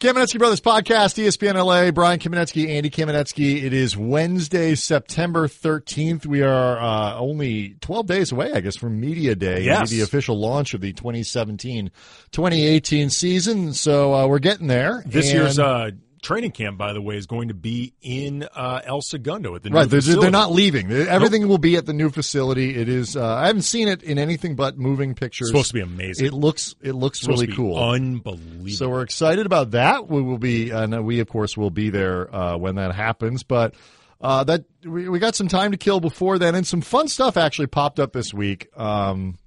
Kamenetsky Brothers Podcast, E ESPN LA, Brian Kamenetsky, Andy Kamenetsky. It is Wednesday, September 13th. We are uh, only 12 days away, I guess, from Media Day, Yes. the official launch of the 2017 2018 season. So uh, we're getting there. This And- year's uh, training camp, by the way, is going to be in uh, El Segundo at the Right, new they're, facility. they're not leaving. They- Everything will be at the new facility. It is. Uh, I haven't seen it in anything but moving pictures. It's supposed to be amazing. It looks. It looks It's supposed really to be cool. unbelievable. So we're excited about that. We will be, and we of course will be there uh, when that happens. But uh, that we, we got some time to kill before then, and some fun stuff actually popped up this week. Um,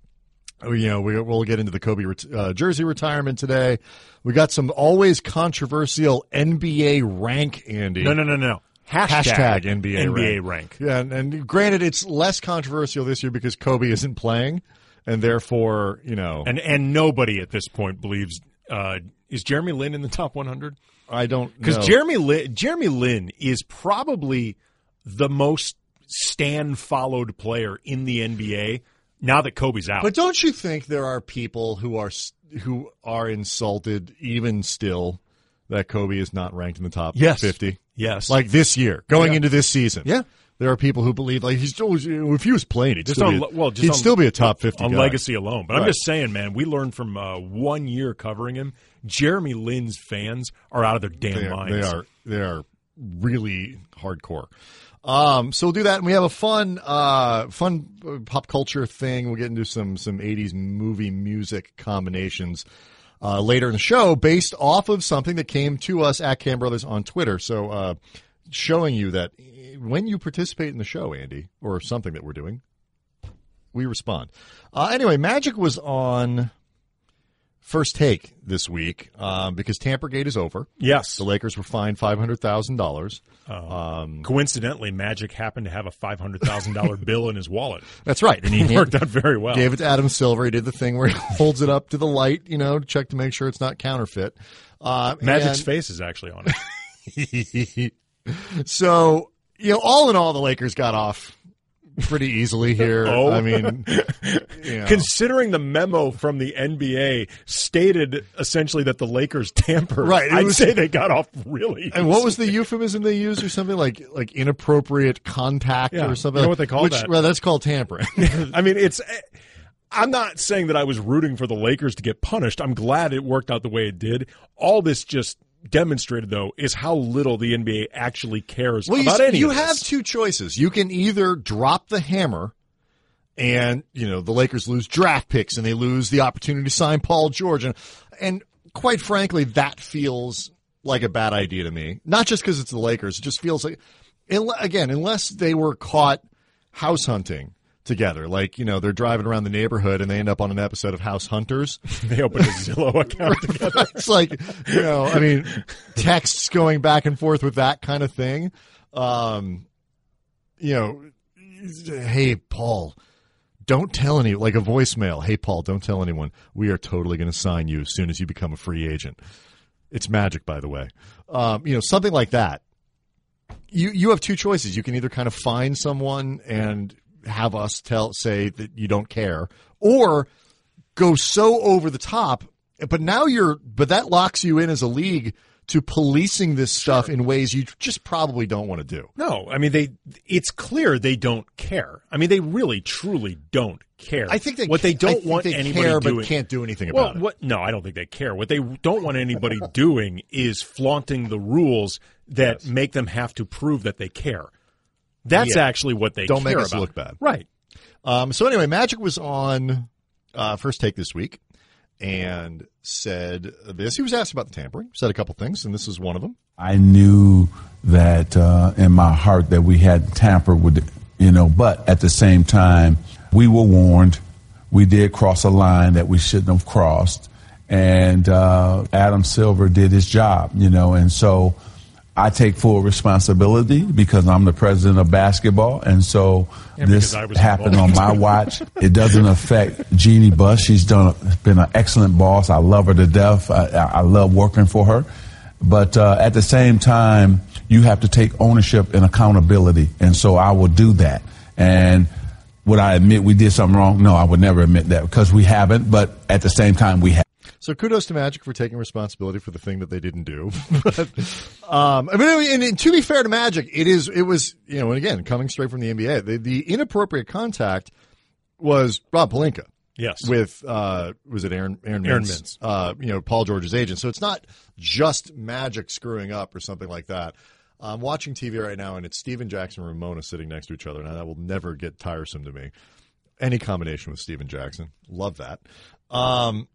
you know, we, we'll get into the Kobe ret- uh, jersey retirement today. We got some always controversial NBA rank, Andy. no, no, no, no. Hashtag NBA NBA rank. Yeah, and, and granted, it's less controversial this year because Kobe isn't playing, and therefore, you know, And and nobody at this point believes uh, is Jeremy Lin in the top 100 I don't because know. Jeremy Lin, Jeremy Lin is probably the most stand followed player in the NBA now that Kobe's out. But don't you think there are people who are s- who are insulted even still that Kobe is not ranked in the top Yes. 50? yes, Like this year, going into this season. Yeah. There are people who believe like he's always, you know, if he was playing, he'd, Just still, on be, a- le- well, just he'd on- still be a top 50 on guy. legacy alone. But Right. I'm just saying, man, we learned from uh, one year covering him. Jeremy Lin's fans are out of their damn They are, minds. they are they are really hardcore. Um, so we'll do that, and we have a fun, uh, fun uh, pop culture thing. We'll get into some some '80s movie music combinations uh, later in the show, based off of something that came to us at Cam Brothers on Twitter. So, uh, showing you that eh, when you participate in the show, Andy, or something that we're doing, we respond. Uh, anyway, Magic was on first take this week um, because Tampergate is over. Yes. The Lakers were fined five hundred thousand dollars. Coincidentally, Magic happened to have a five hundred thousand dollar bill in his wallet. That's right, and he Worked out very well. gave it to Adam Silver. He did the thing where he holds it up to the light, you know, to check to make sure it's not counterfeit. Uh, Magic's and- face is actually on it. so you know, all in all, the Lakers got off pretty easily here. Oh. I mean, you know. Considering the memo from the NBA stated essentially that the Lakers tampered, Right, it I'd was- say they got off really. And what was the euphemism they used, or something like like inappropriate contact, Yeah, or something? you know what they call Which, that. Well, that's called tampering. I mean, it's. I'm not saying that I was rooting for the Lakers to get punished. I'm glad it worked out the way it did. All this just demonstrated, though, is how little the NBA actually cares Well, about you, any you of have this. two choices. You can either drop the hammer, and you know the Lakers lose draft picks, and they lose the opportunity to sign Paul George, and and quite frankly, that feels like a bad idea to me. Not just because it's the Lakers; it just feels like, unle- again, unless they were caught house hunting together, like you know they're driving around the neighborhood and they end up on an episode of House Hunters. They opened a Zillow account together. it's like you know i mean texts going back and forth with that kind of thing um you know hey paul don't tell any like a voicemail hey paul don't tell anyone we are totally going to sign you as soon as you become a free agent it's magic by the way um you know something like that you you have two choices you can either kind of find someone and have us tell say that you don't care or go so over the top but now you're but that locks you in as a league to policing this stuff in ways you just probably don't want to do No, I mean they. It's clear they don't care. I mean they really, truly don't care. i think they what they ca- I don't think want they anybody care, doing. but can't do anything well, about it what? No, I don't think they care. What they don't want anybody doing is flaunting the rules that make them have to prove that they care. That's Yeah. actually what they Don't make care us about. look bad. right? Um, so anyway, Magic was on uh, first take this week and said this. He was asked about the tampering, said a couple things, and this is one of them. I knew that uh, in my heart that we had tampered with, it, you know, but at the same time, we were warned. We did cross a line that we shouldn't have crossed. And uh, Adam Silver did his job, you know, and so I take full responsibility because I'm the president of basketball. And so because this I was happened on involved. my watch. It doesn't affect Jeannie Buss. She's done been an excellent boss. I love her to death. I, I I love working for her. But uh, at the same time, you have to take ownership and accountability. And so I will do that. And would I admit we did something wrong? No, I would never admit that because we haven't. But at the same time, we have. So kudos to Magic for taking responsibility for the thing that they didn't do. but, um, I mean, and, and to be fair to Magic, it is it was you know, and again, coming straight from the NBA, the, the inappropriate contact was Rob Palinka Yes. with uh, was it Aaron Aaron Mintz, Aaron Mintz. Uh, you know Paul George's agent. So it's not just Magic screwing up or something like that. I'm watching TV right now, and it's Steven Jackson and Ramona sitting next to each other, and that will never get tiresome to me. Any combination with Steven Jackson, love that. Um,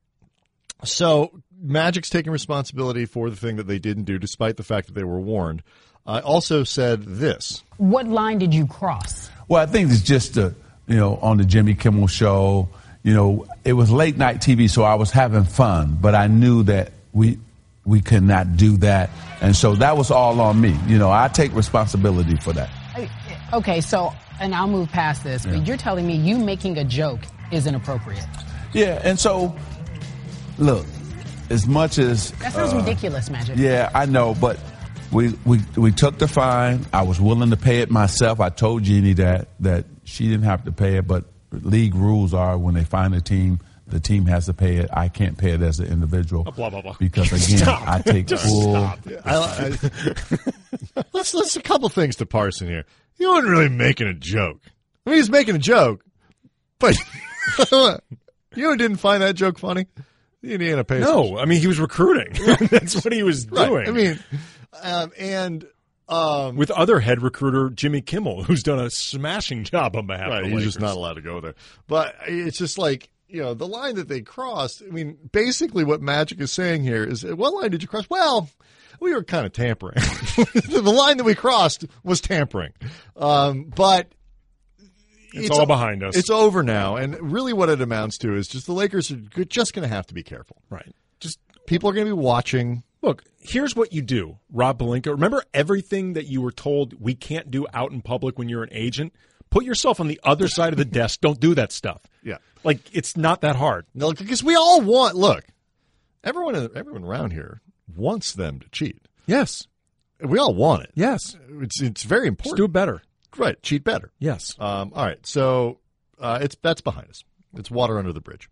so Magic's taking responsibility for the thing that they didn't do, despite the fact that they were warned. I also said this. What line did you cross? Well, I think it's just the you know on the Jimmy Kimmel show. You know, it was late night TV, so I was having fun, but I knew that we we could not do that, and so that was all on me. You know, I take responsibility for that. I- Okay, so, and I'll move past this, but you're telling me you making a joke is inappropriate. Yeah, and so look, as much as uh, That sounds ridiculous, Magic. Yeah, I know, but we we we took the fine. I was willing to pay it myself. I told Jeannie that that she didn't have to pay it, but league rules are when they find a team, the team has to pay it. I can't pay it as an individual. Oh, blah, blah, blah. Because again, Stop. I take Just full. stop. I, I- let's let's a couple things to parse in here. He wasn't really making a joke. I mean, he's making a joke, but you know, who didn't find that joke funny. The Indiana Pacers. No, I mean he was recruiting. That's what he was Right. doing. I mean, um, and um, with other head recruiter Jimmy Kimmel, who's done a smashing job on behalf of the he's just Lakers. not allowed to go there. But it's just like you know the line that they crossed. I mean, basically, what Magic is saying here is, what line did you cross? Well. We were kind of tampering. the line that we crossed was tampering, um, but It's, all behind us. It's over now, and really, what it amounts to is just the Lakers are go- just going to have to be careful. right. Just People are going to be watching. look. Here's what you do, Rob Palinka. Remember everything that you were told we can't do out in public when you're an agent. Put yourself on the other side of the desk. Don't do that stuff. Yeah. Like it's not that hard. because we all want. Look, everyone, everyone around here wants them to cheat. Yes. We all want it. Yes. It's it's very Just important. do better. Right, cheat better. Yes. Um, all right, so uh, it's that's behind us. It's water under the bridge.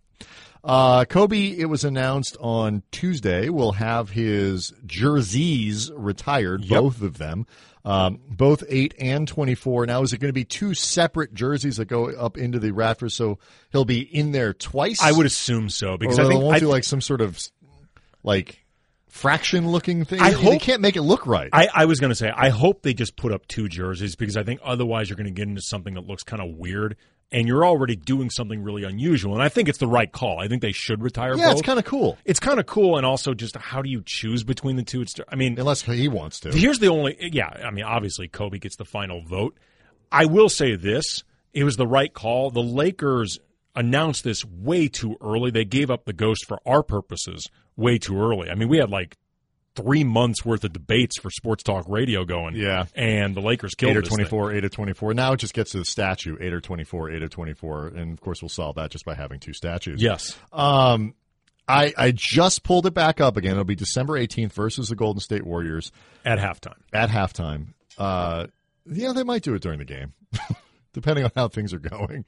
Uh, Kobe, it was announced on Tuesday, will have his jerseys retired, both of them, um, both eight and twenty-four. Now, is it going to be two separate jerseys that go up into the rafters? So he'll be in there twice. I would assume so Or because I they think won't I, do like some sort of like fraction-looking thing. I they hope- can't make it look right. I, I was going to say, I hope they just put up two jerseys because I think otherwise you're going to get into something that looks kind of weird, and you're already doing something really unusual. And I think it's the right call. I think they should retire. yeah, it's both. kind of cool, it's kind of cool, and also just how do you choose between the two? It's I mean, unless he wants to. here's the only yeah. I mean, obviously Kobe gets the final vote. I will say this: it was the right call. The Lakers announced this way too early. They gave up the ghost for our purposes way too early. I mean, we had like three months worth of debates for sports talk radio going. Yeah. and the Lakers killed eight or this thing. twenty four, eight or twenty four. Now it just gets to the statue, eight or twenty four, eight or twenty four, and of course we'll solve that just by having two statues. Yes, Um, I I just pulled it back up again. It'll be December eighteenth versus the Golden State Warriors at halftime. at halftime. Uh, yeah, they might do it during the game, depending on how things are going.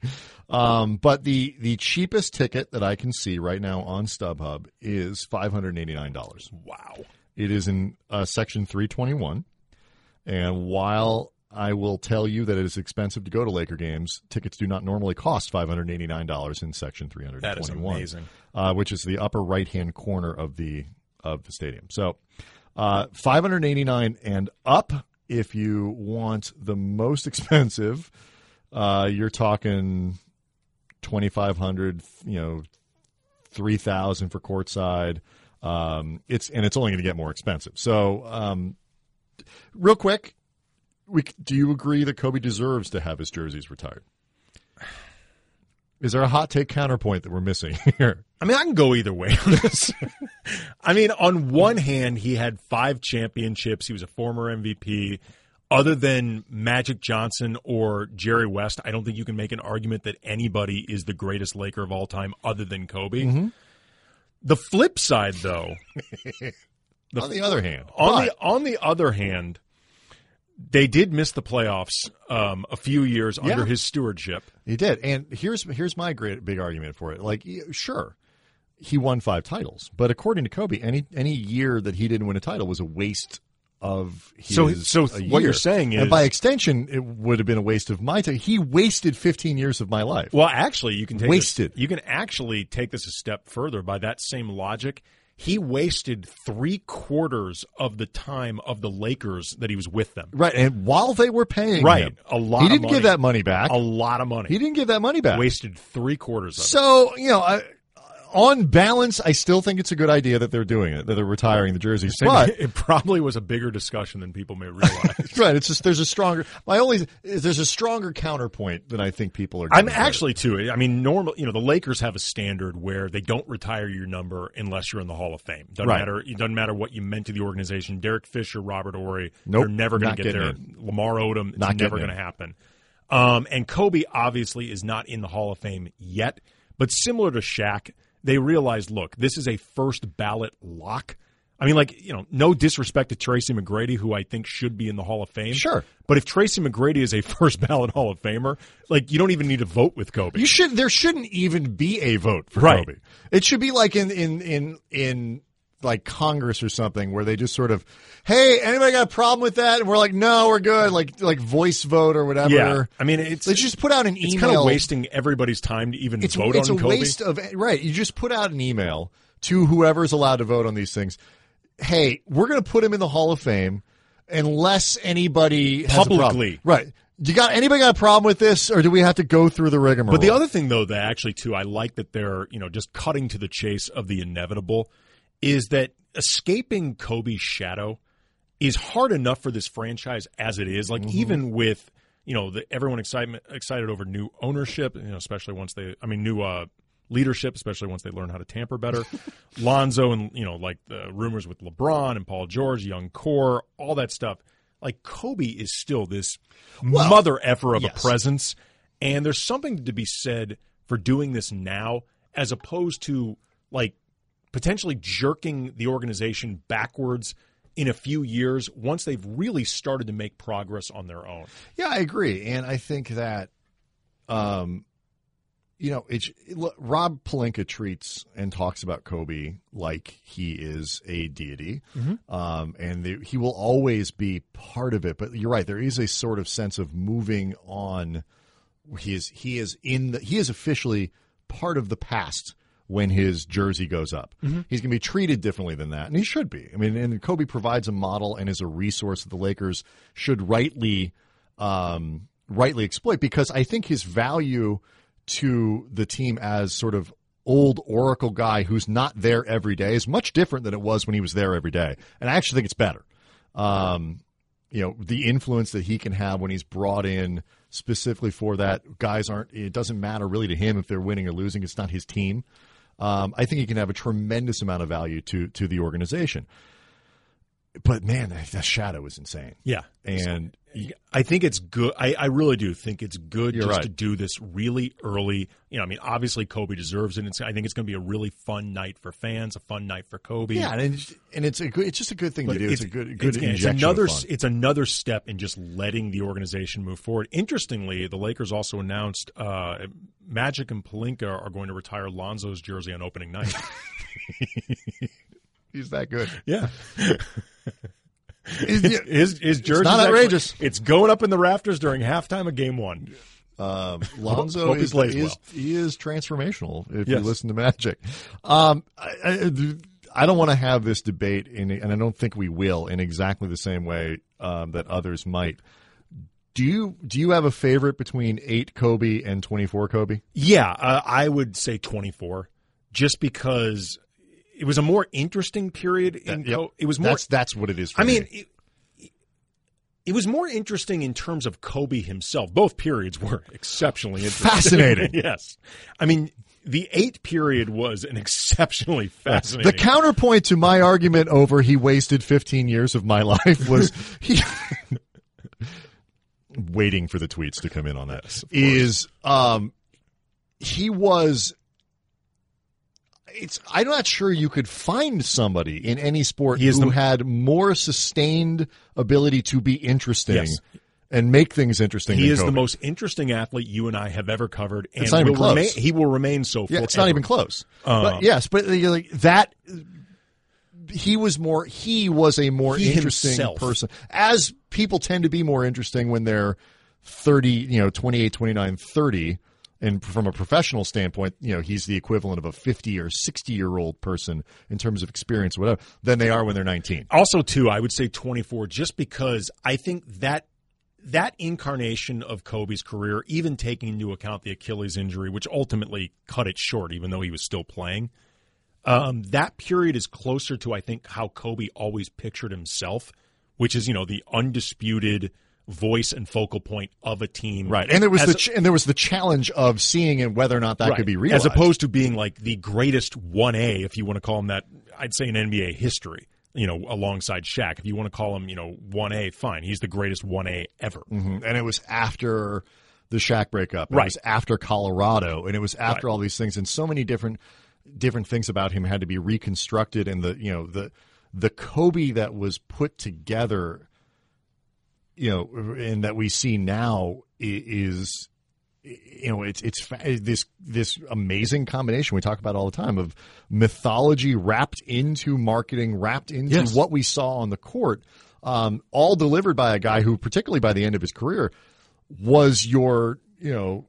Um, but the the cheapest ticket that I can see right now on StubHub is five hundred eighty nine dollars. Wow. It is in uh, section 321. And while I will tell you that it is expensive to go to Laker games, tickets do not normally cost $589 in section 321. That is amazing. Uh, which is the upper right-hand corner of the of the stadium. So, uh, 589 and up if you want the most expensive. Uh, you're talking 2500 you know 3000 for courtside um it's and it's only going to get more expensive so um real quick we, do you agree that kobe deserves to have his jerseys retired is there a hot take counterpoint that we're missing here I mean, I can go either way on this. I mean, on one hand, he had five championships. He was a former MVP. Other than Magic Johnson or Jerry West, I don't think you can make an argument that anybody is the greatest Laker of all time other than Kobe. The flip side, though, on the other hand on but- the on the other hand, they did miss the playoffs um, a few years under his stewardship. He did, and here's here's my great big argument for it. Like, y- sure, he won five titles. But according to Kobe, any any year that he didn't win a title was a waste of his. So- so a what you're year. saying and is- by extension, it would have been a waste of my time. He wasted 15 years of my life. Well, actually, you can take Wasted. This, you can actually take this a step further by that same logic. He wasted three quarters of the time of the Lakers that he was with them. right, and while they were paying Right, him, a lot He of didn't money. give that money back. A lot of money. he didn't give that money back. wasted three quarters of it. So you know, I, on balance, I still think it's a good idea that they're doing it, that they're retiring the jerseys. But it probably was a bigger discussion than people may realize. right, it's just there's a stronger. My only is there's a stronger counterpoint than I think people are. I'm giving it. actually to it. I mean, normal. You know, the Lakers have a standard where they don't retire your number unless you're in the Hall of Fame. Doesn't Right. matter. It doesn't matter what you meant to the organization. Derek Fisher, Robert Ory. Nope, they're never going not to get getting there. Lamar Odom. It's Not never getting going to happen. Um, and Kobe obviously is not in the Hall of Fame yet. But similar to Shaq, they realized, look, this is a first ballot lock. I mean, like you know, no disrespect to Tracy McGrady, who I think should be in the Hall of Fame. Sure. But if Tracy McGrady is a first ballot Hall of Famer, like you don't even need to vote with Kobe. You should. There shouldn't even be a vote for Right. Kobe. It should be like in in in in like Congress or something where they just sort of, hey, anybody got a problem with that? And we're like, no, we're good. Like like voice vote or whatever. yeah, I mean it's Let's just put out an it's email. kind of wasting everybody's time to even It's vote it's on a Kobe. waste of right. You just put out an email to whoever's allowed to vote on these things. Hey, we're going to put him in the Hall of Fame unless anybody has a problem. Publicly. right? You got anybody got a problem with this, or do we have to go through the rigmarole? But the other thing, though, that actually too, I like that they're you know just cutting to the chase of the inevitable, is that escaping Kobe's shadow is hard enough for this franchise as it is. Like even with you know the, everyone excitement excited over new ownership, you know especially once they, I mean new uh, leadership, especially once they learn how to tamper better. Lonzo and you know like the rumors with LeBron and Paul George, young core, all that stuff. Like Kobe is still this mother effer of a yes. presence. And there's something to be said for doing this now as opposed to like potentially jerking the organization backwards in a few years once they've really started to make progress on their own. Yeah, I agree, and I think that, um, you know, it's look, Rob Palenka treats and talks about Kobe like he is a deity, um, and the, he will always be part of it. But you're right; there is a sort of sense of moving on. He is he is in the he is officially part of the past when his jersey goes up. He's going to be treated differently than that, and he should be. I mean, and Kobe provides a model and is a resource that the Lakers should rightly um, rightly exploit because I think his value to the team as sort of old Oracle guy who's not there every day is much different than it was when he was there every day, and I actually think it's better. Um, you know the influence that he can have when he's brought in specifically for that guys aren't it doesn't matter really to him if they're winning or losing it's not his team um, i think he can have a tremendous amount of value to to the organization but man that, that shadow is insane Yeah. and I think it's good. I, I really do think it's good You're just right. to do this really early. You know, I mean, obviously Kobe deserves it. It's, I think it's going to be a really fun night for fans, a fun night for Kobe. yeah and it's, and it's a good it's just a good thing to do it's, a good good it's- it's injection another of fun. it's another step in just letting the organization move forward. Interestingly, the Lakers also announced uh, Magic and Palinka are going to retire Lonzo's jersey on opening night. he's that good yeah, Is- yeah. his his jersey not outrageous. It's going up in the rafters during halftime of Game One. Um, Lonzo Hope he is, plays is- well. he is transformational. If Yes. you listen to Magic, um, I, I, I don't want to have this debate in, and I don't think we will in exactly the same way um, that others might. Do you do you have a favorite between eight Kobe and twenty four Kobe? Yeah, uh, I would say 24, just because it was a more interesting period. In Yep. Co- it was more that's that's what it is. For I mean, me. it, it was more interesting in terms of Kobe himself. Both periods were exceptionally interesting. Fascinating. yes. I mean, the eight period was an exceptionally fascinating. the counterpoint to my argument over he wasted fifteen years of my life was he. waiting for the tweets to come in on that is um he was it's I'm not sure you could find somebody in any sport He is who the- had more sustained ability to be interesting Yes. and make things interesting. He than is the Kobe. most interesting athlete you and I have ever covered, and It's not even will close. remain- he will remain so. Yeah, it's not forever. even close. Um, but yes, but uh, you're like that. He was more. He was a more He interesting himself. person. As people tend to be more interesting when they're thirty, you know, 28, 29, 30. And from a professional standpoint, you know, he's the equivalent of a fifty or sixty year old person in terms of experience, or whatever, than they are when they're nineteen. Also, too, I would say 24, just because I think that that incarnation of Kobe's career, even taking into account the Achilles injury, which ultimately cut it short, even though he was still playing, um, that period is closer to I think how Kobe always pictured himself, which is you know the undisputed voice and focal point of a team, and there was As the ch- and there was the challenge of seeing and whether or not that Right. could be realized. As opposed to being like the greatest 1A, if you want to call him that, I'd say in NBA history, you know, alongside Shaq. If you want to call him, you know, 1A, fine. He's the greatest 1A ever. Mhm. and it was after the Shaq breakup. and Right. It was after Colorado, and it was after all these things, and so many different different things about him had to be reconstructed, and the you know the the Kobe that was put together, you know, and that we see now i- is you know it's it's fa- this this amazing combination we talk about all the time of mythology wrapped into marketing wrapped into Yes. what we saw on the court um, all delivered by a guy who particularly by the end of his career was your you know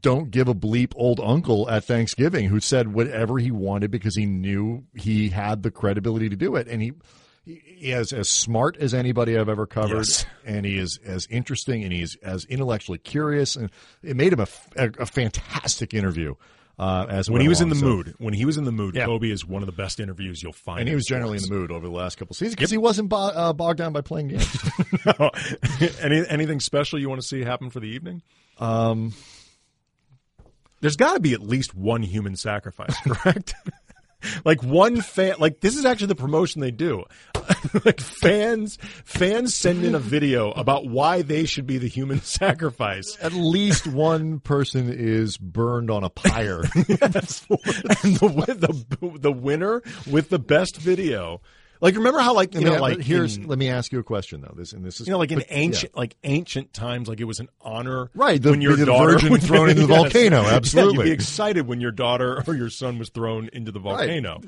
don't give a bleep old uncle at Thanksgiving who said whatever he wanted because he knew he had the credibility to do it and he he is as smart as anybody I've ever covered Yes. and he is as interesting and he's as intellectually curious and it made him a, f- a- a fantastic interview uh, as it When went he was along. in the So- mood, when he was in the mood, Yeah. Kobe is one of the best interviews you'll find. and he was generally in the mood over the last couple seasons because he wasn't bo- uh, bogged down by playing games the Any, anything special you want to see happen for the evening? Um, There's got to be at least one human sacrifice, correct? like one fan like this is actually the promotion they do like fans fans send in a video about why they should be the human sacrifice at least one person is burned on a pyre and the, win- the the winner with the best video like remember how like you Yeah, know like but here's in- let me ask you a question though this and this is you know like in but- yeah. ancient like ancient times like it was an honor Right, the- when your the daughter virgin would- thrown into the volcano, Yeah, you'd absolutely. be excited when your daughter or your son was thrown into the volcano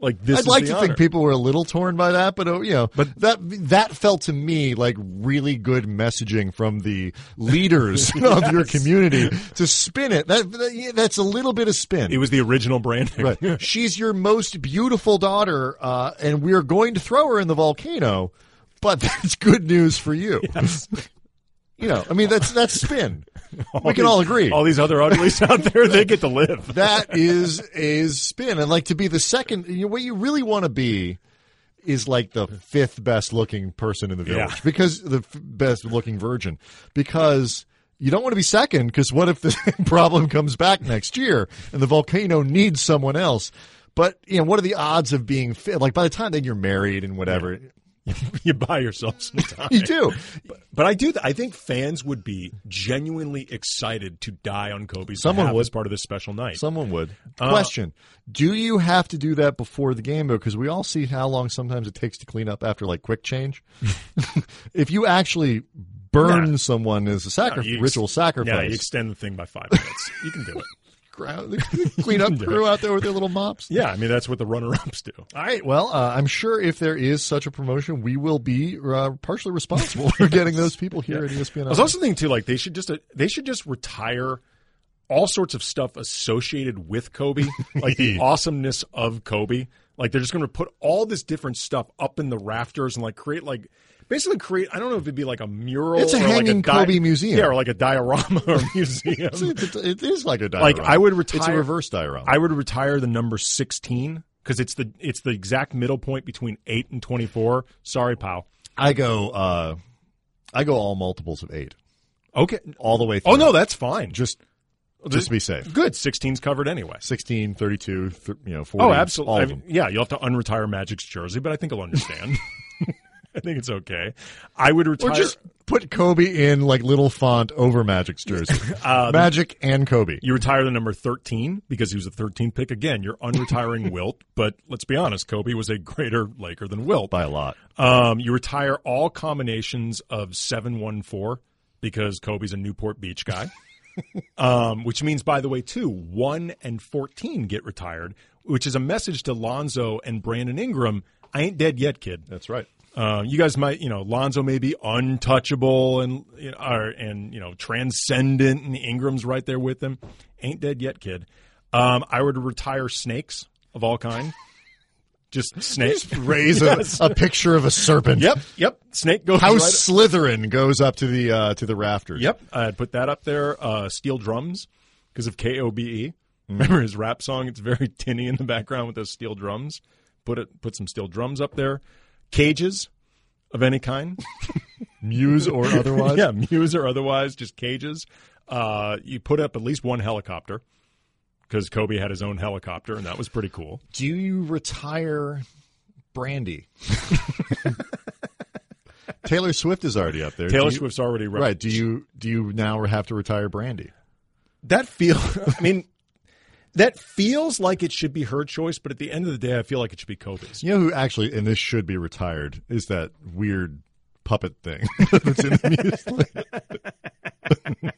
like this I'd is like the to honor. think people were a little torn by that, but uh, you know, but that that felt to me like really good messaging from the leaders of your community to spin it. That, that- yeah, that's a little bit of spin. it was the original branding Right. She's your most beautiful daughter, uh, and we're going to throw her in the volcano. But that's good news for you. You know, I mean, that's that's spin. we can all agree. all these other uglies out there they get to live that is is spin and like to be the second you know, what you really want to be is like the fifth best looking person in the village Yeah. because the f- best looking virgin because you don't want to be second because what if the same problem comes back next year and the volcano needs someone else but you know what are the odds of being fit like by the time that you're married and whatever you buy yourself some time you do But I do. Th- I think fans would be genuinely excited to die on Kobe's Someone behalf would. as part of this special night. Someone would. Uh, Question: Do you have to do that before the game though? Because we all see how long sometimes it takes to clean up after like quick change. if you actually burn Nah. someone as a sacri- You ex- ritual sacrifice, Yeah, you extend the thing by five minutes. You can do it. crowd- the cleanup crew out there with their little mops. Yeah, I mean that's what the runner-ups do. All right. Well, uh, I'm sure if there is such a promotion, we will be uh, partially responsible for getting those people here at E ESPN. I was also thinking too, like they should just uh, they should just retire all sorts of stuff associated with Kobe, like the awesomeness of Kobe. Like they're just going to put all this different stuff up in the rafters and like create like basically create. I don't know if it'd be like a mural. It's a or hanging like a di- Kobe museum. Yeah, or like a diorama or museum. It's- it's- it is like a diorama. Like, I would It's a retire- reverse diorama. I would retire the number sixteen because it's the it's the exact middle point between eight and twenty four. Sorry, pal. I go. Uh, I go all multiples of eight, Okay. all the way. through. Oh no, that's fine. Just just to be safe. good. 16's covered anyway. 16, 32, th- you know, 40. Oh, All absolutely. of I them. mean, yeah, you'll have to unretire Magic's jersey, but I think he'll understand. I think it's okay. I would retire. or just put Kobe in like little font over Magic's jersey. Magic and Kobe. You retire the number 13 because he was a 13th pick. Again, you're unretiring Wilt, but let's be honest, Kobe was a greater Laker than Wilt. By a lot. Um, you retire all combinations of 714 because Kobe's a Newport Beach guy. um, which means, by the way, too, 1 and 14 get retired, which is a message to Lonzo and Brandon Ingram. I ain't dead yet, kid. That's right. Uh, you guys might, you know, Lonzo may be untouchable and you know, or, and you know transcendent, and Ingram's right there with him. Ain't dead yet, kid. Um, I would retire snakes of all kind, just snakes. Raise a, a picture of a serpent. yep, yep. Snake goes How right- Slytherin goes up to the uh, to the rafters. Yep, I'd put that up there. Uh, steel drums because of Kobe. E. Remember his rap song? It's very tinny in the background with those steel drums. Put it, put some steel drums up there. Cages of any kind. Muse or otherwise. Yeah, Muse or otherwise, just cages. Uh, you put up at least one helicopter because Kobe had his own helicopter, and that was pretty cool. Do you retire Brandy? Taylor Swift is already up there. Taylor Do you- Swift's already re- Right. Do you do you now have to retire Brandy? That feel. I mean, that feels like it should be her choice, but at the end of the day, I feel like it should be Kobe's. You know who actually, and this should be retired, is that weird puppet thing that's in the music.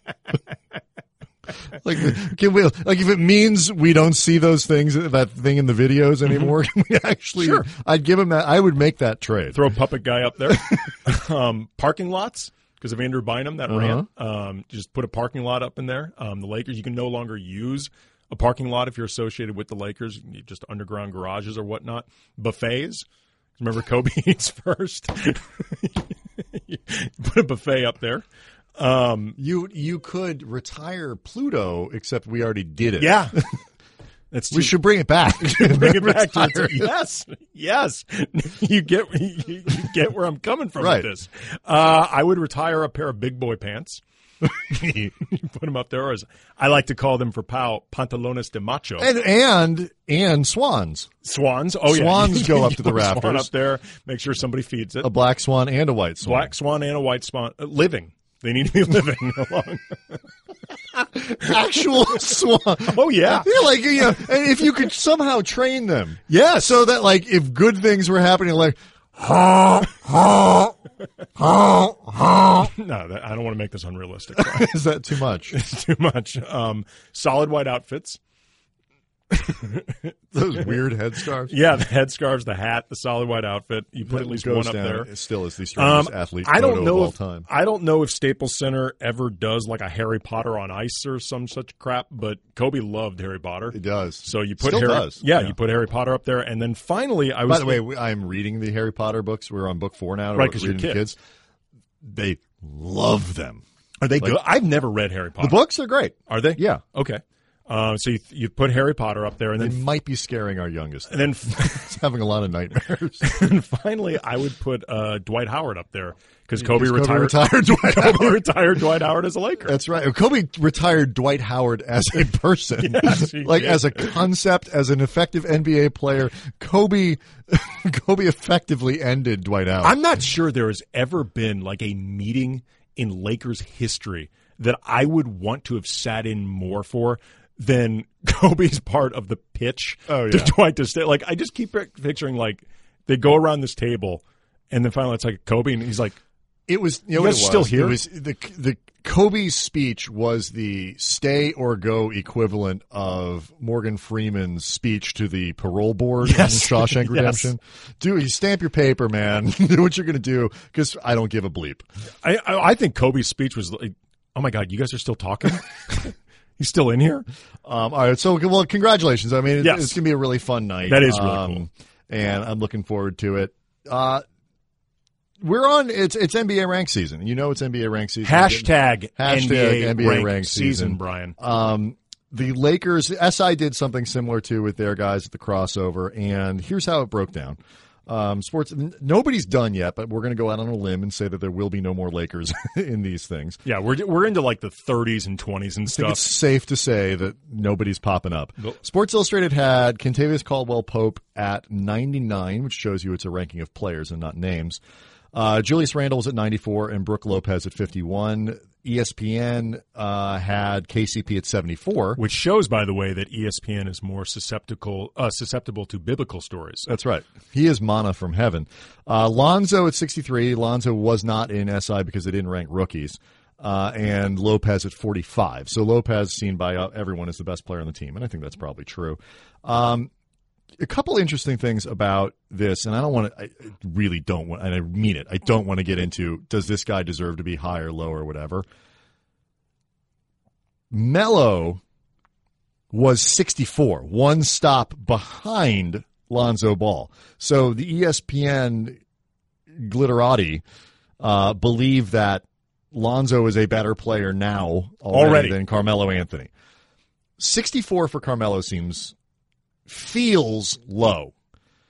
like, can we, like, if it means we don't see those things, that thing in the videos anymore, can we actually, Mm-hmm. Sure. I'd give him that, I would make that trade. Throw a puppet guy up there. um, parking lots because of Andrew Bynum that rant. Um, just put a parking lot up in there. Um, the Lakers, you can no longer use a parking lot if you're associated with the Lakers. You Just underground garages or whatnot. Buffets. Remember Kobe eats first. put a buffet up there. Um, You, you could retire Pluto, except we already did it. yeah. That's We too- should bring it back. bring it back to the- yes, yes. You get you, you get where I'm coming from Right. with this. Uh, I would retire a pair of big boy pants. you put them up there, or as I like to call them for Powell, pantalones de macho. and, and, and swans. swans. Oh yeah, Swans go up to the You put a Swan rafters. up there. Make sure somebody feeds it. A black swan and a white swan. black swan and a white swan uh, living. They need to be living along. Actual swan. Oh yeah, Yeah, like you know, and if you could somehow train them, yeah. So so that like if good things were happening, like no, that, I don't want to make this unrealistic. is that too much? It's too much. Um, solid white outfits. Those weird headscarves. Yeah, the headscarves, the hat, the solid white outfit. You put at least Goes one up down, there. it Still is the Um, strongest athlete. I photo don't know of all if time. I don't know if Staples Center ever does like a Harry Potter on ice or some such crap, but Kobe loved Harry Potter. It does. So you put Still Harry, does. Yeah, you put Harry Potter up there, and then finally, I was By the way, we, I'm reading the Harry Potter books. We're on book four now. Right, We're 'cause you're reading the kids. kids. They love them. are they good? I've never read Harry Potter. The books are great. Are they? Yeah. Okay. Uh, so you, you put Harry Potter up there, and They then might be scaring our youngest. and then He's having a lot of nightmares. and finally, I would put uh, Dwight Howard up there because Kobe, Kobe retired. retired Dwight Kobe retired Dwight Howard as a Laker. That's right. Kobe retired Dwight Howard as a person, Yes, he like did. as a concept, as an effective NBA player. Kobe, Kobe effectively ended Dwight Howard. I'm not sure there has ever been like a meeting in Lakers history that I would want to have sat in more for than Kobe's part of the pitch Oh, to yeah. Dwight to stay. Like I just keep pic- picturing like they go around this table and then finally it's like Kobe and he's like, it was you know what You guys it was? still here? It was the the Kobe's speech was the stay or go equivalent of Morgan Freeman's speech to the parole board Yes. in Shawshank Yes. Redemption. Do you stamp your paper, man? do what you're going to do because I don't give a bleep. I, I I think Kobe's speech was like, oh my god, you guys are still talking. He's still in here. Um, all right, so well, congratulations. I mean, it's, Yes. it's gonna be a really fun night. Um, That is really cool. and I'm looking forward to it. Uh, we're on. It's it's NBA rank season. You know, it's NBA rank season. Hashtag, NBA, Hashtag NBA ranked ranked season, season. Brian. Um, the Lakers, SI did something similar to with their guys at the crossover, and here's how it broke down. Um, sports, n- nobody's done yet, but we're going to go out on a limb and say that there will be no more Lakers in these things. Yeah, we're we're into like the 30s and 20s and I think stuff. it's safe to say that nobody's popping up. Nope. Sports Illustrated had Contavious Caldwell Pope at 99, which shows you it's a ranking of players and not names. Uh, Julius Randle was at 94 and Brooke Lopez at E 51. ESPN uh, had KCP at 74. Which shows, by the way, that E ESPN is more susceptible uh, susceptible to biblical stories. That's right. He is mana from heaven. Uh, Lonzo at 63. Lonzo was not in SI because they didn't rank rookies. Uh, and Lopez at 45. So Lopez, seen by uh, everyone, is the best player on the team. And I think that's probably true. Um, a couple interesting things about this, and I don't want to, I I really don't want, and I mean it, I don't want to get into does this guy deserve to be high or low or whatever. Mello was 64, one stop behind Lonzo Ball. So the E ESPN glitterati uh, believe that Lonzo is a better player now already, Already. than Carmelo Anthony. 64 for Carmelo seems feels low.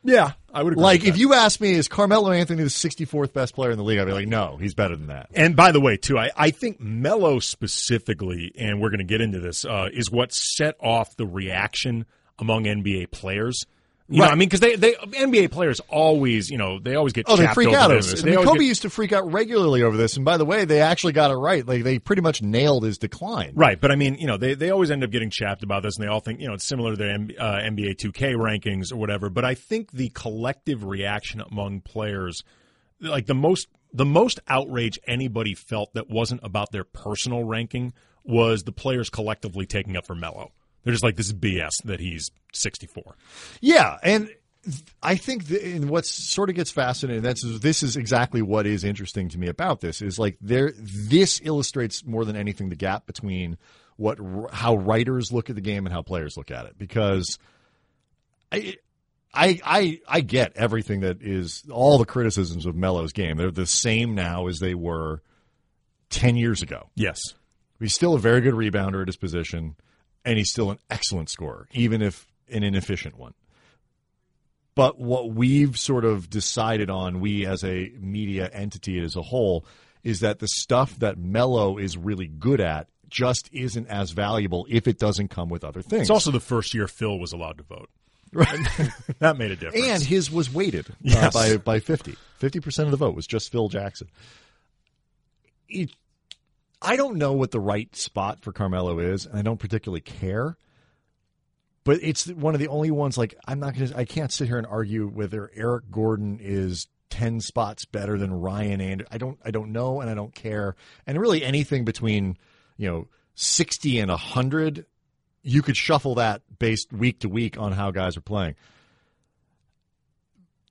Yeah, I would agree. Like with if that. you ask me, is Carmelo Anthony the 64th best player in the league? I'd be like, no, he's better than that. And by the way, too, I, I think Mello specifically, and we're going to get into this, uh, is what set off the reaction among NBA players. You know, Right. what I mean, because they, they NBA players always, you know, they always get Oh, they chapped freak over out over this. this. I They mean, always Kobe get- used to freak out regularly over this, and by the way, they actually got it right. Like they pretty much nailed his decline. Right, but I mean, you know, they, they always end up getting chapped about this, and they all think, you know, it's similar to their M- uh, NBA 2K rankings or whatever. But I think the collective reaction among players, like the most the most outrage anybody felt that wasn't about their personal ranking was the players collectively taking up for Melo. They're just like, this is BS that he's 64. Yeah, and th- I think the, and what sort of gets fascinating that's this is exactly what is interesting to me about this is like there this illustrates more than anything the gap between what r- how writers look at the game and how players look at it because I. I, I I get everything that is all the criticisms of Melo's game. They're the same now as they were ten years ago. Yes. He's still a very good rebounder at his position, and he's still an excellent scorer, even if an inefficient one. But what we've sort of decided on, we as a media entity as a whole, is that the stuff that Mello is really good at just isn't as valuable if it doesn't come with other things. It's also the first year Phil was allowed to vote. Right. that made a difference. and his was weighted uh, Yes. by by 50 50% of the vote was just phil jackson It- i don't know what the right spot for carmelo is and i don't particularly care but it's one of the only ones like i'm not gonna i can't sit here and argue whether eric gordon is 10 spots better than ryan and i don't i don't know and i don't care and really anything between you know 60 and 100 you could shuffle that based week to week on how guys are playing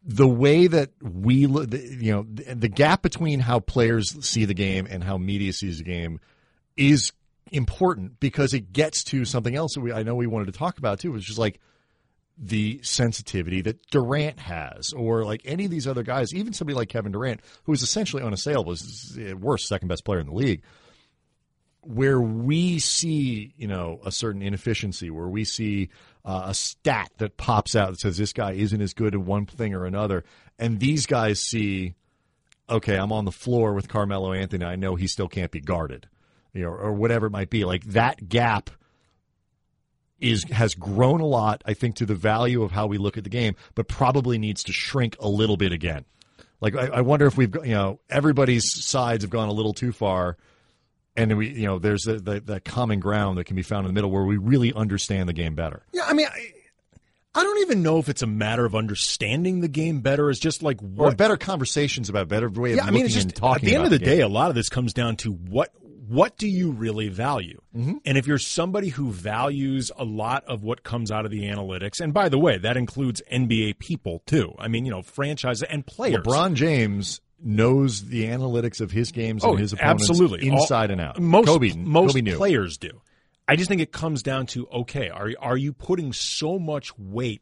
the way that we lo- the- you know the, the gap between how players see the game and how media sees the game is important because it gets to something else that we I know we wanted to talk about too which is like the sensitivity that Durant has or like any of these other guys even somebody like Kevin Durant who is essentially unassailable is uh, worst second best player in the league where we see you know a certain inefficiency, where we see uh, a stat that pops out that says this guy isn't as good at one thing or another, and these guys see, okay, I'm on the floor with Carmelo Anthony. I know he still can't be guarded, you know, or whatever it might be. Like that gap is has grown a lot, I think, to the value of how we look at the game, but probably needs to shrink a little bit again. Like I, I wonder if we've got- you know everybody's sides have gone a little too far and we you know there's the, the, the common ground that can be found in the middle where we really understand the game better Yeah, I mean, I, I don't even know if it's a matter of understanding the game better. It's just like or what. better conversations about better way of yeah, I looking mean, it's and just talking at the end about of the, day, game. a lot of this comes down to what what do you really value? Mm-hmm. And if you're somebody who values a lot of what comes out of the analytics, and by the way, that includes NBA people too. I mean, you know, franchise and players. LeBron James knows the analytics of his games and his opponents Oh, absolutely All- inside and out. Most Kobe, most Kobe knew. players do. I just think it comes down to okay, are are you putting so much weight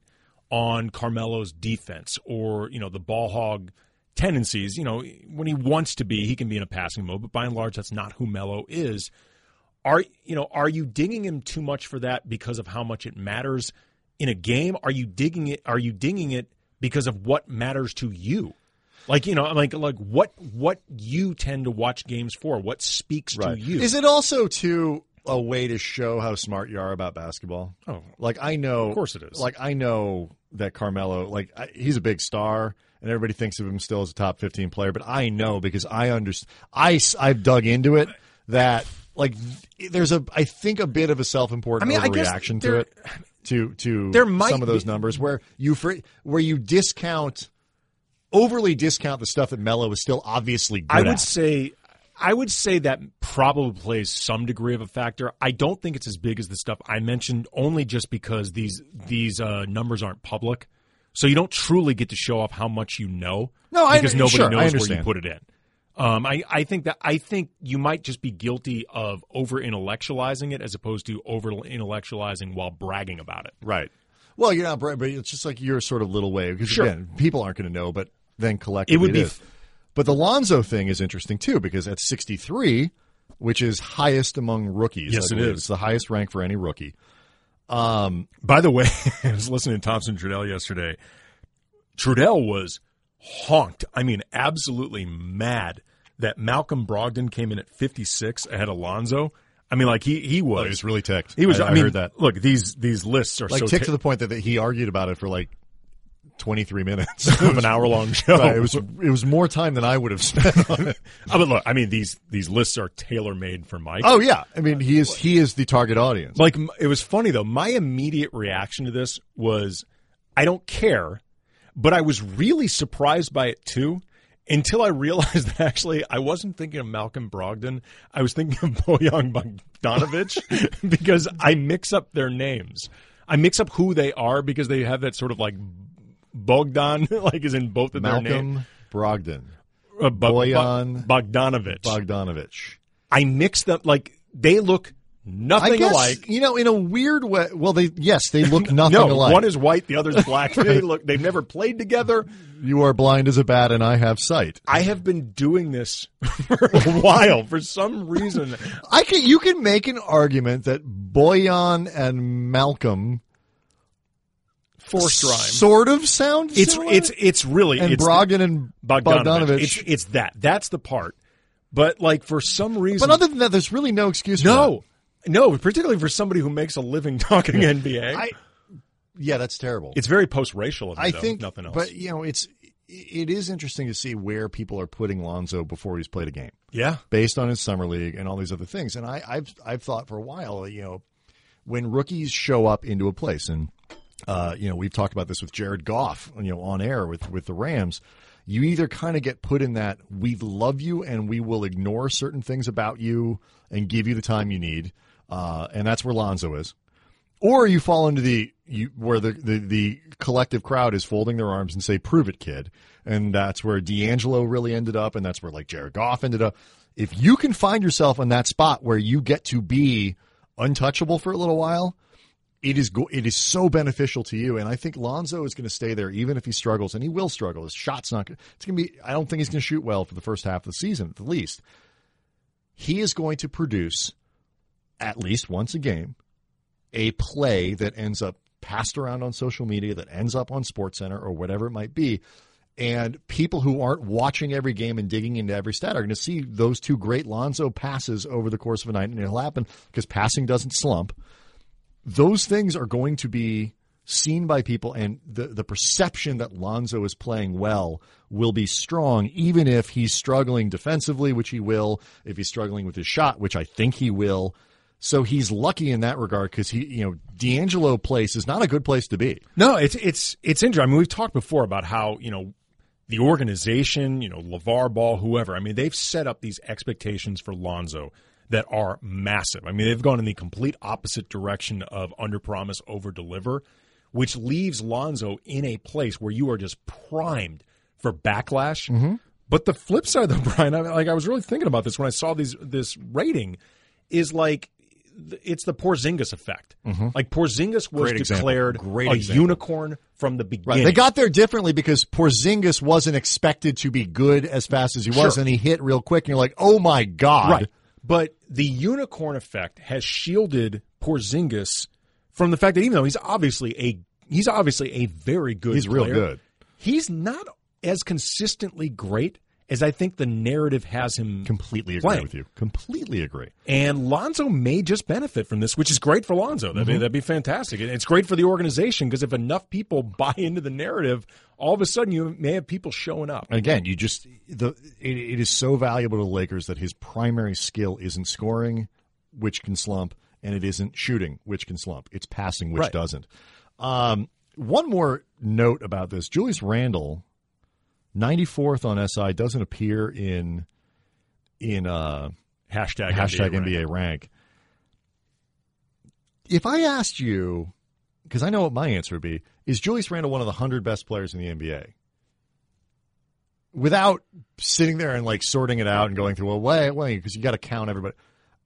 on Carmelo's defense or you know the ball hog tendencies? You know when he wants to be, he can be in a passing mode, but by and large, that's not who Melo is are you know are you digging him too much for that because of how much it matters in a game are you digging it are you dinging it because of what matters to you like you know I'm like like what what you tend to watch games for what speaks to you Is it also too a way to show how smart you are about basketball. Oh. like I know, of course it is. Like I know that Carmelo, like I, he's a big star, and everybody thinks of him still as a top fifteen player. But I know because I understand. I s- I've dug into it that like there's a I think a bit of a self important I mean, I guess reaction to there- it to to There might some of those be- numbers where you fr- where you discount overly discount the stuff that Mello is still obviously good I would at. say I would say that probably plays some degree of a factor. I don't think it's as big as the stuff I mentioned only just because these these uh, numbers aren't public. So you don't truly get to show off how much you know. No, I because under- nobody sure, I knows where you understand. put it in. Um, I, I think that I think you might just be guilty of over intellectualizing it as opposed to over intellectualizing while bragging about it. Right. Well, you're not brave, but it's just like your sort of little way because Sure. again, people aren't going to know, but then collectively It would be- is. But the Lonzo thing is interesting too because at 63, which is highest among rookies, Yes, I it believe. is. It's the highest rank for any rookie. By the way, I was listening to Thompson Trudell yesterday. Trudell was honked. I mean, absolutely mad that Malcolm Brogdon came in at 56 ahead of Lonzo. I mean, like he he was He's really ticked. he was. I, I, mean, heard that. look these these lists are Like so ticked ti- to the point that, that he argued about it for like 23 minutes. of an hour long show. Right, it was it was more time than I would have spent on it. I mean, look, I mean these these lists are tailor made for Mike. Oh yeah, I mean he is he is the target audience. Like m- it was funny though. My immediate reaction to this was, I don't care, but I was really surprised by it too. Until I realized that actually I wasn't thinking of Malcolm Brogdon, I was thinking of Bojan Bogdanovic because I mix up their names. I mix up who they are because they have that sort of like Bogdan like is in both of their names. Malcolm Brogdon, Uh, Bo- Bojan Bo- Bogdanovic. Bogdanovich. I mix them like they look nothing I guess, alike. You know, in a weird way. Well, they yes, they look nothing no, alike. one is white, the other's black. they look they've never played together. you are blind as a bat, and I have sight. I have been doing this for a while for some reason. I can. You can make an argument that Boyan and Malcolm Forced rhyme. sort of sound. it's similar, it's it's really and it's Brogdon and Bogdanovich. Bogdanovich. It's it's that. That's the part. But like for some reason but other than that, there's really no excuse. for No. No, particularly for somebody who makes a living talking NBA. that. I. Yeah, that's terrible. it's very post racial of me, I though, think nothing else. But you know, it's it is interesting to see where people are putting Lonzo before he's played a game. yeah. based on his summer league and all these other things. And I, I've I've thought for a while, you know, when rookies show up into a place, and uh, you know, we've talked about this with Jared Goff, you know, on air with with the Rams. You either kind of get put in that we love you and we will ignore certain things about you and give you the time you need, uh, and that's where Lonzo is, or you fall into the you, where the, the the collective crowd is folding their arms and say, "Prove it, kid," and that's where D'Angelo really ended up, and that's where like Jared Goff ended up. If you can find yourself in that spot where you get to be untouchable for a little while, it is go- it is so beneficial to you. And I think Lonzo is going to stay there, even if he struggles, and he will struggle. His shot's not. Gonna, it's going to be. I don't think he's going to shoot well for the first half of the season, at the least. He is going to produce at least once a game a play that ends up passed around on social media, that ends up on SportsCenter or whatever it might be. And people who aren't watching every game and digging into every stat are going to see those two great Lonzo passes over the course of a night, and it'll happen because passing doesn't slump. Those things are going to be seen by people, and the, the perception that Lonzo is playing well will be strong, even if he's struggling defensively, which he will, if he's struggling with his shot, which I think he will. So he's lucky in that regard because he, you know, D'Angelo place is not a good place to be. No, it's it's it's interesting. I mean, we've talked before about how you know the organization, you know, Levar Ball, whoever. I mean, they've set up these expectations for Lonzo that are massive. I mean, they've gone in the complete opposite direction of under promise, over deliver, which leaves Lonzo in a place where you are just primed for backlash. Mm-hmm. But the flip side, though, Brian, I, like I was really thinking about this when I saw these this rating, is like it's the Porzingis effect. Like Porzingis was Mm-hmm. Great example. declared Great a example. unicorn from the beginning. They got there differently because Porzingis wasn't expected to be good as fast as he was, Sure. and he hit real quick. And you're like, oh my god! Right. But the unicorn effect has shielded Porzingis from the fact that even though he's obviously a he's obviously a very good He's real player, good. He's not as consistently great is I think the narrative has him Completely agree Blank. with you. Completely agree. and Lonzo may just benefit from this, which is great for Lonzo. That'd, Mm-hmm. be, that'd be fantastic. And it's great for the organization because if enough people buy into the narrative, all of a sudden you may have people showing up. Again, you just the it, it is so valuable to the Lakers that his primary skill isn't scoring, which can slump, and it isn't shooting, which can slump. It's passing, which Right. doesn't. Um, one more note about this: Julius Randle, ninety fourth on SI, doesn't appear in in uh, Hashtag, hashtag NBA. NBA rank. If I asked you, because I know what my answer would be, is Julius Randle one of the hundred best players in the NBA? Without sitting there and like sorting it out and going through, well, wait, wait, because you got to count everybody.